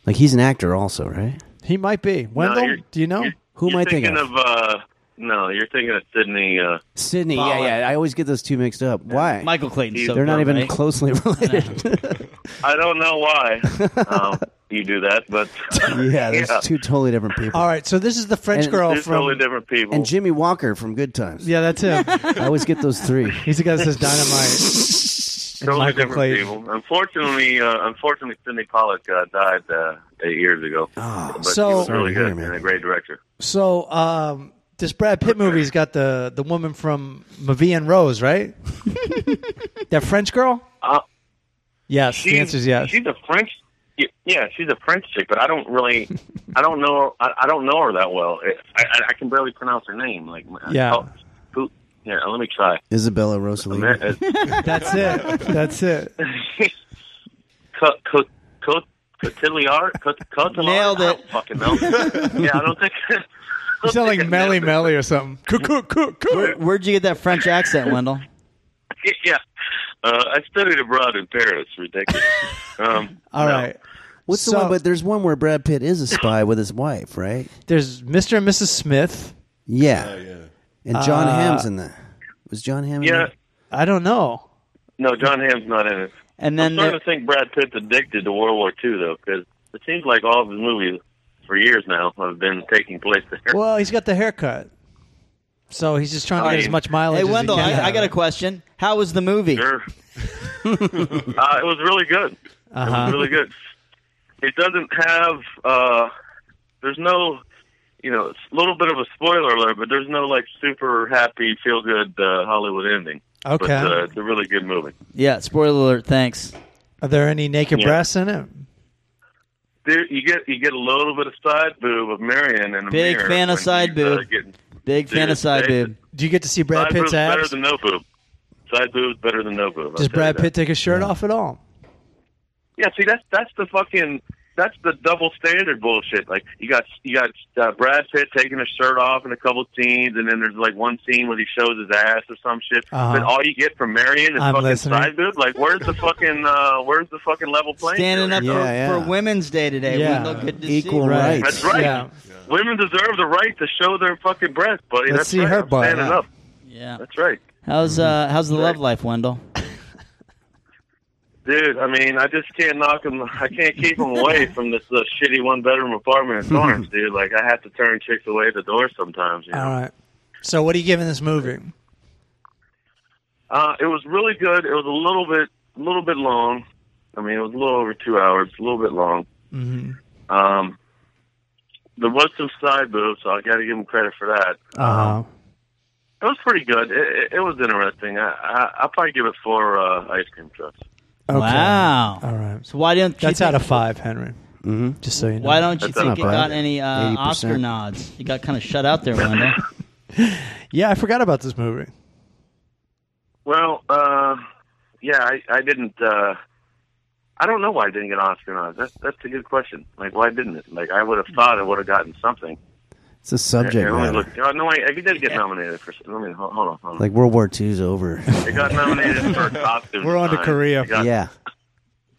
like he's an actor also, right?
He might be.
No,
Wendell,
you're-
do you know?
you're-
Who am
you're
I thinking
of? uh, no, you're thinking of Sydney. Uh,
Sydney. Yeah, yeah. I always get those two mixed up. Why?
Michael Clayton.
He's-
So
They're not
good,
even
right?
closely related.
I don't know why um, you do that, but
yeah, there's
Yeah.
two totally different people.
All right, so this is the French
And-
girl
there's
from
totally different people.
And Jimmy Walker from Good Times.
Yeah, that's him.
I always get those three.
He's the guy that says dynamite. And
totally
Michael
different
Clayton.
people. Unfortunately, uh, unfortunately, Sidney Pollock uh, died uh, eight years ago. Oh,
Ah,
but
so-
he was
Sorry
really
to hear,
good
man.
and a great director.
So um this Brad Pitt movie's got the the woman from Mavi and Rose, right? that French girl?
Uh,
Yes, the answer is yes.
She's a French. Yeah, she's a French chick, but I don't really, I don't know, I, I don't know her that well. I, I, I can barely pronounce her name. Like,
Yeah.
oh, who, yeah. Let me try. Uh,
Isabella Rossellini.
Amer-
That's it. That's it.
Cut, cut, cut, Cotillard? Cut, Cotillard?
Nailed
I
it.
don't fucking know. yeah, I don't think.
You sound like Melly Melly or something. Cook, cook, cook, cook.
Where'd you get that French accent, Wendell?
yeah. Uh, I studied abroad in Paris. Ridiculous. Um,
All
no.
right.
What's the
So-
one? But there's one where Brad Pitt is a spy with his wife, right?
There's Mr. and Mrs. Smith.
Yeah.
Yeah.
And John
Uh,
Hamm's in that. Was John Hamm? in
Yeah.
that?
I don't know.
No, John Hamm's not in it.
And then
I'm starting
there-
to think Brad Pitt's addicted to World War II, though, because it seems like all of his movies for years now have been taking place there.
Well, he's got the haircut, so he's just trying to
I
get as
mean-
much mileage.
Hey
as he
Wendell,
can
I,
out
I
of
got a
it.
question. How was the movie?
Sure. uh, it was really good. It
Uh-huh.
was really good. It doesn't have. Uh, there's no, you know, it's a little bit of a spoiler alert, but there's no like super happy, feel good uh, Hollywood ending.
Okay.
But, uh, it's a really good movie.
Yeah. Spoiler alert. Thanks.
Are there any naked
Yeah.
breasts in it?
There, you get you get a little bit of side boob of Marion and
Big
mirror
fan of
when
side
he's,
boob.
Uh, getting,
Big
Dude,
fan of side
they-
boob.
Do you get to see Brad
side boob's
Pitt's
better
abs?
than no boob. Side boob's better than no boob. I'll
Does
tell you
Brad
that.
Pitt take his shirt off at all?
Yeah, see, that's that's the fucking that's the double standard bullshit. Like you got you got uh, Brad Pitt taking his shirt off in a couple scenes, and then there's like one scene where he shows his ass or some shit.
Uh-huh.
But all you get from Marion is
I'm
fucking
listening.
side boob. Like where's the fucking uh, where's the fucking level playing?
Standing up
field?
Yeah,
for,
yeah.
for Women's Day today.
Yeah.
We look good to
Equal
see.
Right.
rights.
That's right.
Yeah.
Women deserve the right to show their fucking breasts, buddy.
Let's
that's
see
right.
her
I'm
butt.
Standing up.
Yeah.
That's right.
How's
Mm-hmm.
uh how's the love life, Wendell?
Dude, I mean, I just can't knock him. I can't keep him away from this uh, shitty one bedroom apartment in Torrance, dude. Like, I have to turn chicks away at the door sometimes. You know?
All right. So what are you giving this movie?
Uh, it was really good. It was a little bit, a little bit long. I mean, it was a little over two hours, a little bit long. Mm-hmm. Um, there was some side boobs, so I got to give him credit for that.
Uh huh.
It was pretty good. It, it, it was interesting. I, I, I'll probably give it four uh, ice cream trucks.
Okay.
Wow.
All right.
So why don't you
That's
think,
out of five, Henry. Mm-hmm. Just so you know.
why don't you
That's not
think it
bad.
got any uh,
80%.
Oscar nods? You got kind of shut out there, Wendell.
Yeah, I forgot about this movie.
Well, uh, yeah, I, I didn't. Uh, I don't know why I didn't get an Oscar nods. That's that's a good question. Like, why didn't it? Like, I would have thought I would have gotten something.
It's a subject
It only
matter.
looked- oh, no, I, I did get nominated for. I mean, hold, hold on, hold on.
Like World War II's over.
it got nominated for costume.
We're on to
design.
Korea.
It got,
yeah.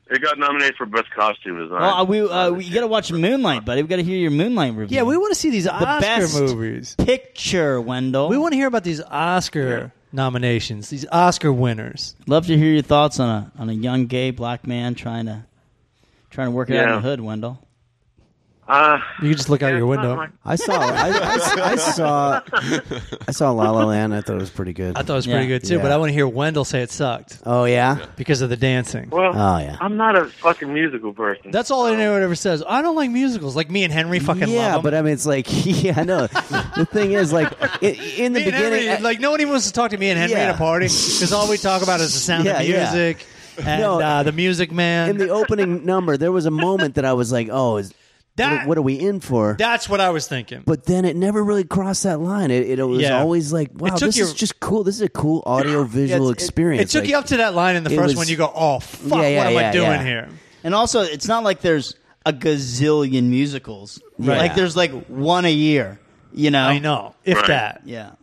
it got nominated for best costume design.
well, uh, we uh, we you got to watch Moonlight, buddy. We got to hear your Moonlight review.
Yeah, we want to see these Oscar
best.
movies.
picture Wendell.
We want to hear about these Oscar nominations, these Oscar winners.
Love to hear your thoughts on a on a young gay black man trying to trying to work it out in
Yeah.
the hood, Wendell.
uh,
You can just look out
yeah,
your
it's not
window.
my-
I saw. I, I- I saw. I saw La La Land. I thought it was pretty good.
I thought it was pretty
Yeah.
good too,
Yeah.
but I want to hear Wendell say it sucked
oh yeah.
because of the dancing.
well,
Oh, yeah.
I'm not a fucking musical person.
That's all anyone ever says. I don't like musicals. Like me and Henry fucking
yeah,
love 'em.
but I mean, it's like, yeah, I know. the thing is, like, i in the
me and
beginning, uh,
Henry, like no one even wants to talk to me and Henry at
Yeah.
a party because all we talk about is the sound
Yeah,
of
yeah.
music and
No.
uh, the Music Man.
in the opening number, there was a moment that I was like, oh, is
That-
what, what are we in for?
That's what I was thinking.
but then it never really crossed that line. It, it, was
Yeah.
always like, wow,
took
this
you-
is just cool. This is a cool audio visual
It-
experience.
It, took
Like,
you up to that line in the
it
first
was-
one. You go, oh fuck,
Yeah, yeah,
what am I
yeah,
doing
yeah.
here?
And also, it's not like there's a gazillion musicals.
Right.
Like there's like one a year. You know.
I know, if
Right.
that.
Yeah.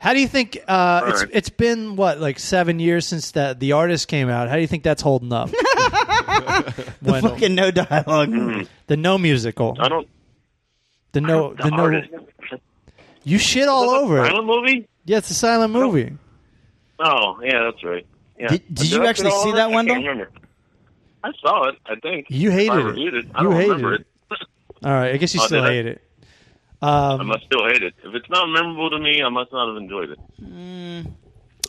How do you think uh, it's
right.
it's been what like seven years since that the artist came out? How do you think that's holding up? the,
Fucking no dialogue.
Mm-hmm.
the no musical,
I don't.
the no
The,
the no.
artist.
You shit all over it.
Silent movie.
Yeah, it's a silent movie.
Oh, yeah, that's right. Yeah.
Did- did you
I
actually
put all
see
of
that,
it? I can't
Wendell?
remember. I saw it. I think
You
If
hated
I
it.
reviewed it. I
You
don't
hated
remember
it.
it.
All right, I guess you
Oh,
still
did I?
hate it.
I must still hate it. If it's not memorable to me, I must not have enjoyed it.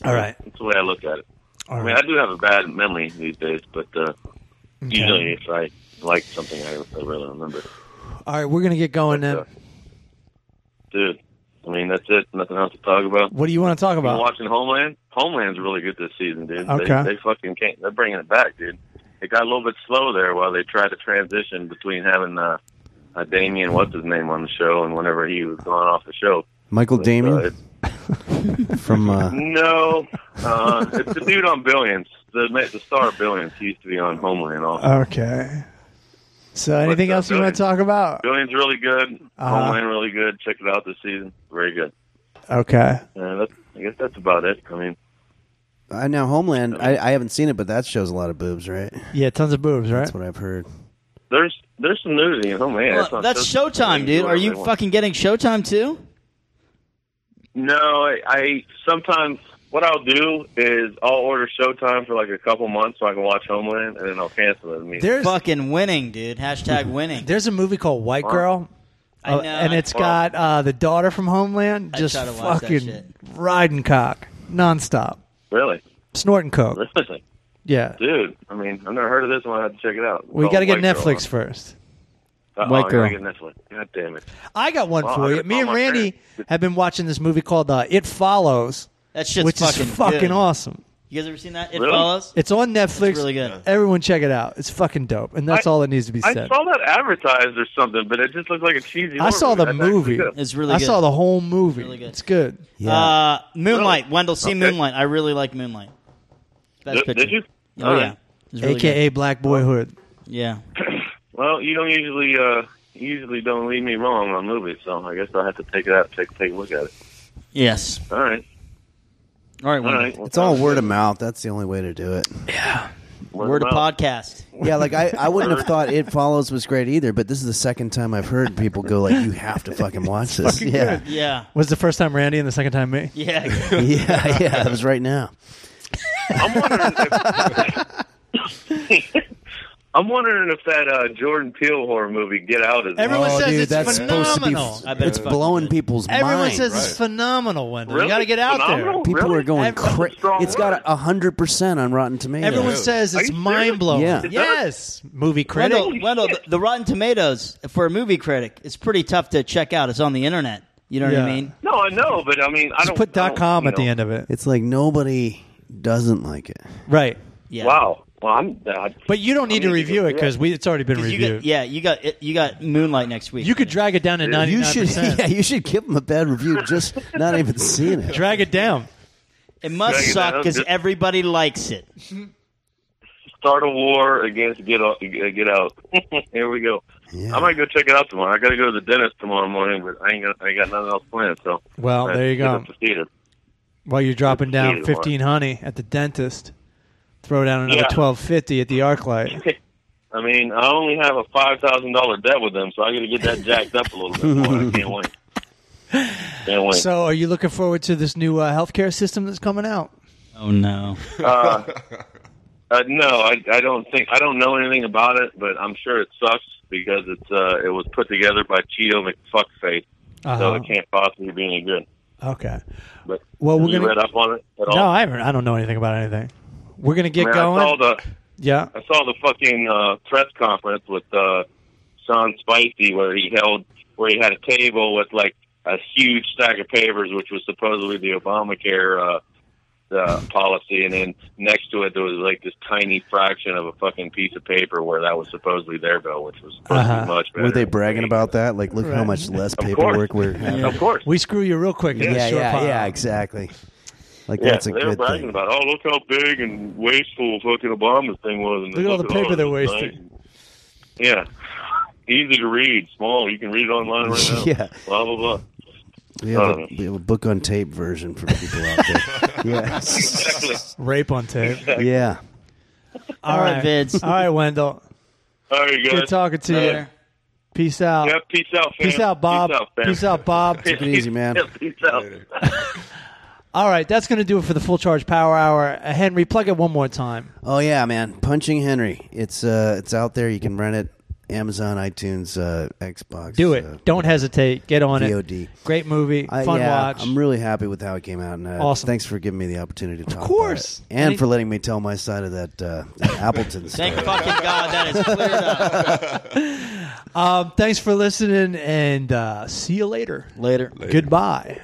All right,
That's the way I look at it.
all
I mean, I
right.
do have a bad memory these days, but uh, usually if I like something, I, I really remember. it.
All right, we're gonna get going now.
So, dude, I mean, that's it. Nothing else to talk about.
What do you want to talk
Been
about?
watching Homeland. Homeland's really good this season, dude.
Okay.
They, they fucking can't. They're bringing it back, dude. It got a little bit slow there while they tried to transition between having uh, uh, Damien, what's his name, on the show, and whenever he was gone off the show.
Michael
But,
Damon
uh, it's-
from uh,
No, uh, it's the dude on Billions. The ma- the star of Billions. He used to be on Homeland. Also.
Uh, Okay. So, anything
up,
else you want
Billion?
to talk about?
Billions really good.
Uh-huh.
Homeland really good. Check it out this season. Very good.
Okay.
Uh, that's, I guess that's about it. I mean,
I know Homeland. I, I haven't seen it, but that shows a lot of boobs, right?
Yeah, tons of boobs, right?
That's what I've heard.
there's there's some nudity in Homeland. It's
Well,
not
that's
just- they
Showtime,
can
dude.
do
Are
whatever
you
they want.
fucking getting Showtime too?
No, I, I sometimes what I'll do is I'll order Showtime for like a couple months so I can watch Homeland, and then I'll cancel it. immediately.
There's
Fucking winning, dude. Hashtag winning.
there's a movie called White Girl,
I
uh,
know.
and it's
Wow.
got uh, the daughter from Homeland
I
just
try to watch that shit.
fucking riding cock nonstop,
really,
snorting coke.
really,
Yeah,
dude. I mean, I've never heard of this one. I have to check it out. Oh,
we got to get Netflix first.
For-
White
I
Girl.
gotta get Netflix. God damn it.
I got one
Wow, I
for you.
gotta
Me
call
and
my
Randy
parents.
have been watching this movie called uh, It Follows,
That shit's
which
fucking
is fucking
good.
awesome.
You guys ever seen that? It
Really?
follows.
It's on Netflix.
really good.
Everyone check it out. It's fucking dope, and that's
I-
all that needs to be
I
said.
saw that advertised or something, but it just looked like a cheesy.
I
horror
saw the
That's actually
movie.
good.
It's really
I
good.
saw the whole movie.
really good.
It's good.
Yeah.
Uh, Moonlight. Wendell, see
Okay.
Moonlight. I really like Moonlight. Best
Did,
picture.
did you?
Oh, yeah.
Alright.
It's really
AKA Black Boyhood.
good. Yeah.
Well, you don't usually uh, you usually don't lead me wrong on movies, so I guess I'll have to take it out, take take a look at it.
Yes.
All right,
All right.
all right. Well,
It's all
sounds
word
good.
of mouth. That's the only way to do it.
Word
Word of
mouth.
podcast.
Yeah, like I, I wouldn't have thought It Follows was great either, but this is the second time I've heard people go like, "You have to fucking watch this." yeah,
Yeah.
Was the first time Randy and the second time me?
Yeah.
yeah, yeah. It was right now.
I'm wondering. If, I'm wondering if that uh, Jordan Peele horror movie Get Out is
Everyone
oh,
says
dude,
it's
that's
phenomenal.
supposed to be.
I bet it's
it's
fucking
blowing
good.
people's
Everyone
mind.
says
right.
it's phenomenal, Wendell.
Really?
You got to get out
Phenomenal?
there.
People
Really?
are going
Every-
crazy.
Strong
It's got
word.
a hundred percent on Rotten Tomatoes.
Everyone
Yeah.
says
Are
it's
you
mind blowing.
Yeah.
Is that-
Yes, movie critic.
Wendell, Wendell the, the Rotten Tomatoes for a movie critic, it's pretty tough to check out. It's on the internet. You know what
Yeah.
I mean?
No, I know, but I mean, I
Just
don't
put dot
I don't,
com
you
at the
know.
end of it.
It's like nobody doesn't like it.
Right,
Yeah.
Wow. Well, I'm. I,
but you don't need to
mean,
review it because it's already been
'Cause You
reviewed.
got, yeah, you got it- you got Moonlight next week.
You could drag it down to ninety
You
nine
should, yeah,
percent.
you should give them a bad review. Just not even seeing it.
Drag it down.
It must
Drag it
suck
down.
because everybody likes it.
start a war against Get Out. Get Out. Here we go.
Yeah.
I might go check it out tomorrow. I got to go to the dentist tomorrow morning, but I ain't got, I ain't got nothing else planned. So
Well,
I
there you
get
go.
up to theater.
While you're dropping down
Either one.
fifteen honey at the dentist, throw down another
Yeah.
twelve fifty at the arc light.
I mean, I only have a five thousand dollar debt with them, so I got to get that jacked up a little bit more. I can't wait. Can't wait.
So, are you looking forward to this new uh, healthcare system that's coming out?
Oh no.
uh, uh, no, I, I don't think I don't know anything about it, but I'm sure it sucks because it's uh, it was put together by Cheeto McFuckface, so
Uh-huh.
it can't possibly be any good.
Okay.
But
Well,
have
we're
you
gonna-
read up on it at all?
No, I haven't. I don't know anything about anything. We're gonna get
Man,
going.
I saw the
yeah.
I saw the fucking uh, press conference with uh, Sean Spicy where he held where he had a table with like a huge stack of papers, which was supposedly the Obamacare uh, uh, policy, and then next to it there was like this tiny fraction of a fucking piece of paper where that was supposedly their bill, which was fucking
Uh-huh.
much better.
Were they bragging about that? Like, look how
Right.
much less
Of course.
paperwork we're having.
Of course.
We screw you real quick. in this
Yeah,
short
yeah,
pile.
yeah, exactly. Like
Yeah,
that's a
they were
good
bragging
thing.
about, oh, look how big and wasteful fucking Obama's thing was. And "Oh,
Look at all the paper
this
they're wasting.
thing. Yeah. Easy to read, small. You can read it online right now.
Yeah.
Blah, blah, blah.
We have, a,
Um,
we have a book on tape version for people out there. yeah,
Exactly.
Rape on tape.
yeah.
All
right, Vince.
All right, Wendell.
All right, guys.
Good talking to
All
you.
right.
Peace out.
Yeah, peace out, fam.
Peace out, Bob.
Peace out, fam.
Peace out, Bob.
Take it easy, man.
Yeah, peace out.
All right, that's going to do it for the full charge power hour. Uh, Henry, plug it one more time.
Oh yeah, man. Punching Henry. It's uh, it's out there. You can rent it. Amazon, iTunes, uh, Xbox.
Do it.
uh,
Don't hesitate. Get on
VOD.
it. Great movie.
I-
Fun
yeah,
watch.
I'm really happy with how it came out. And, uh,
Awesome.
Thanks for giving me the opportunity to talk. Of
course.
and
Any-
for letting me tell my side of that, uh, that Appleton
Thank
story.
fucking God that is cleared up.
um, thanks for listening, and uh, see you later.
Later.
Goodbye.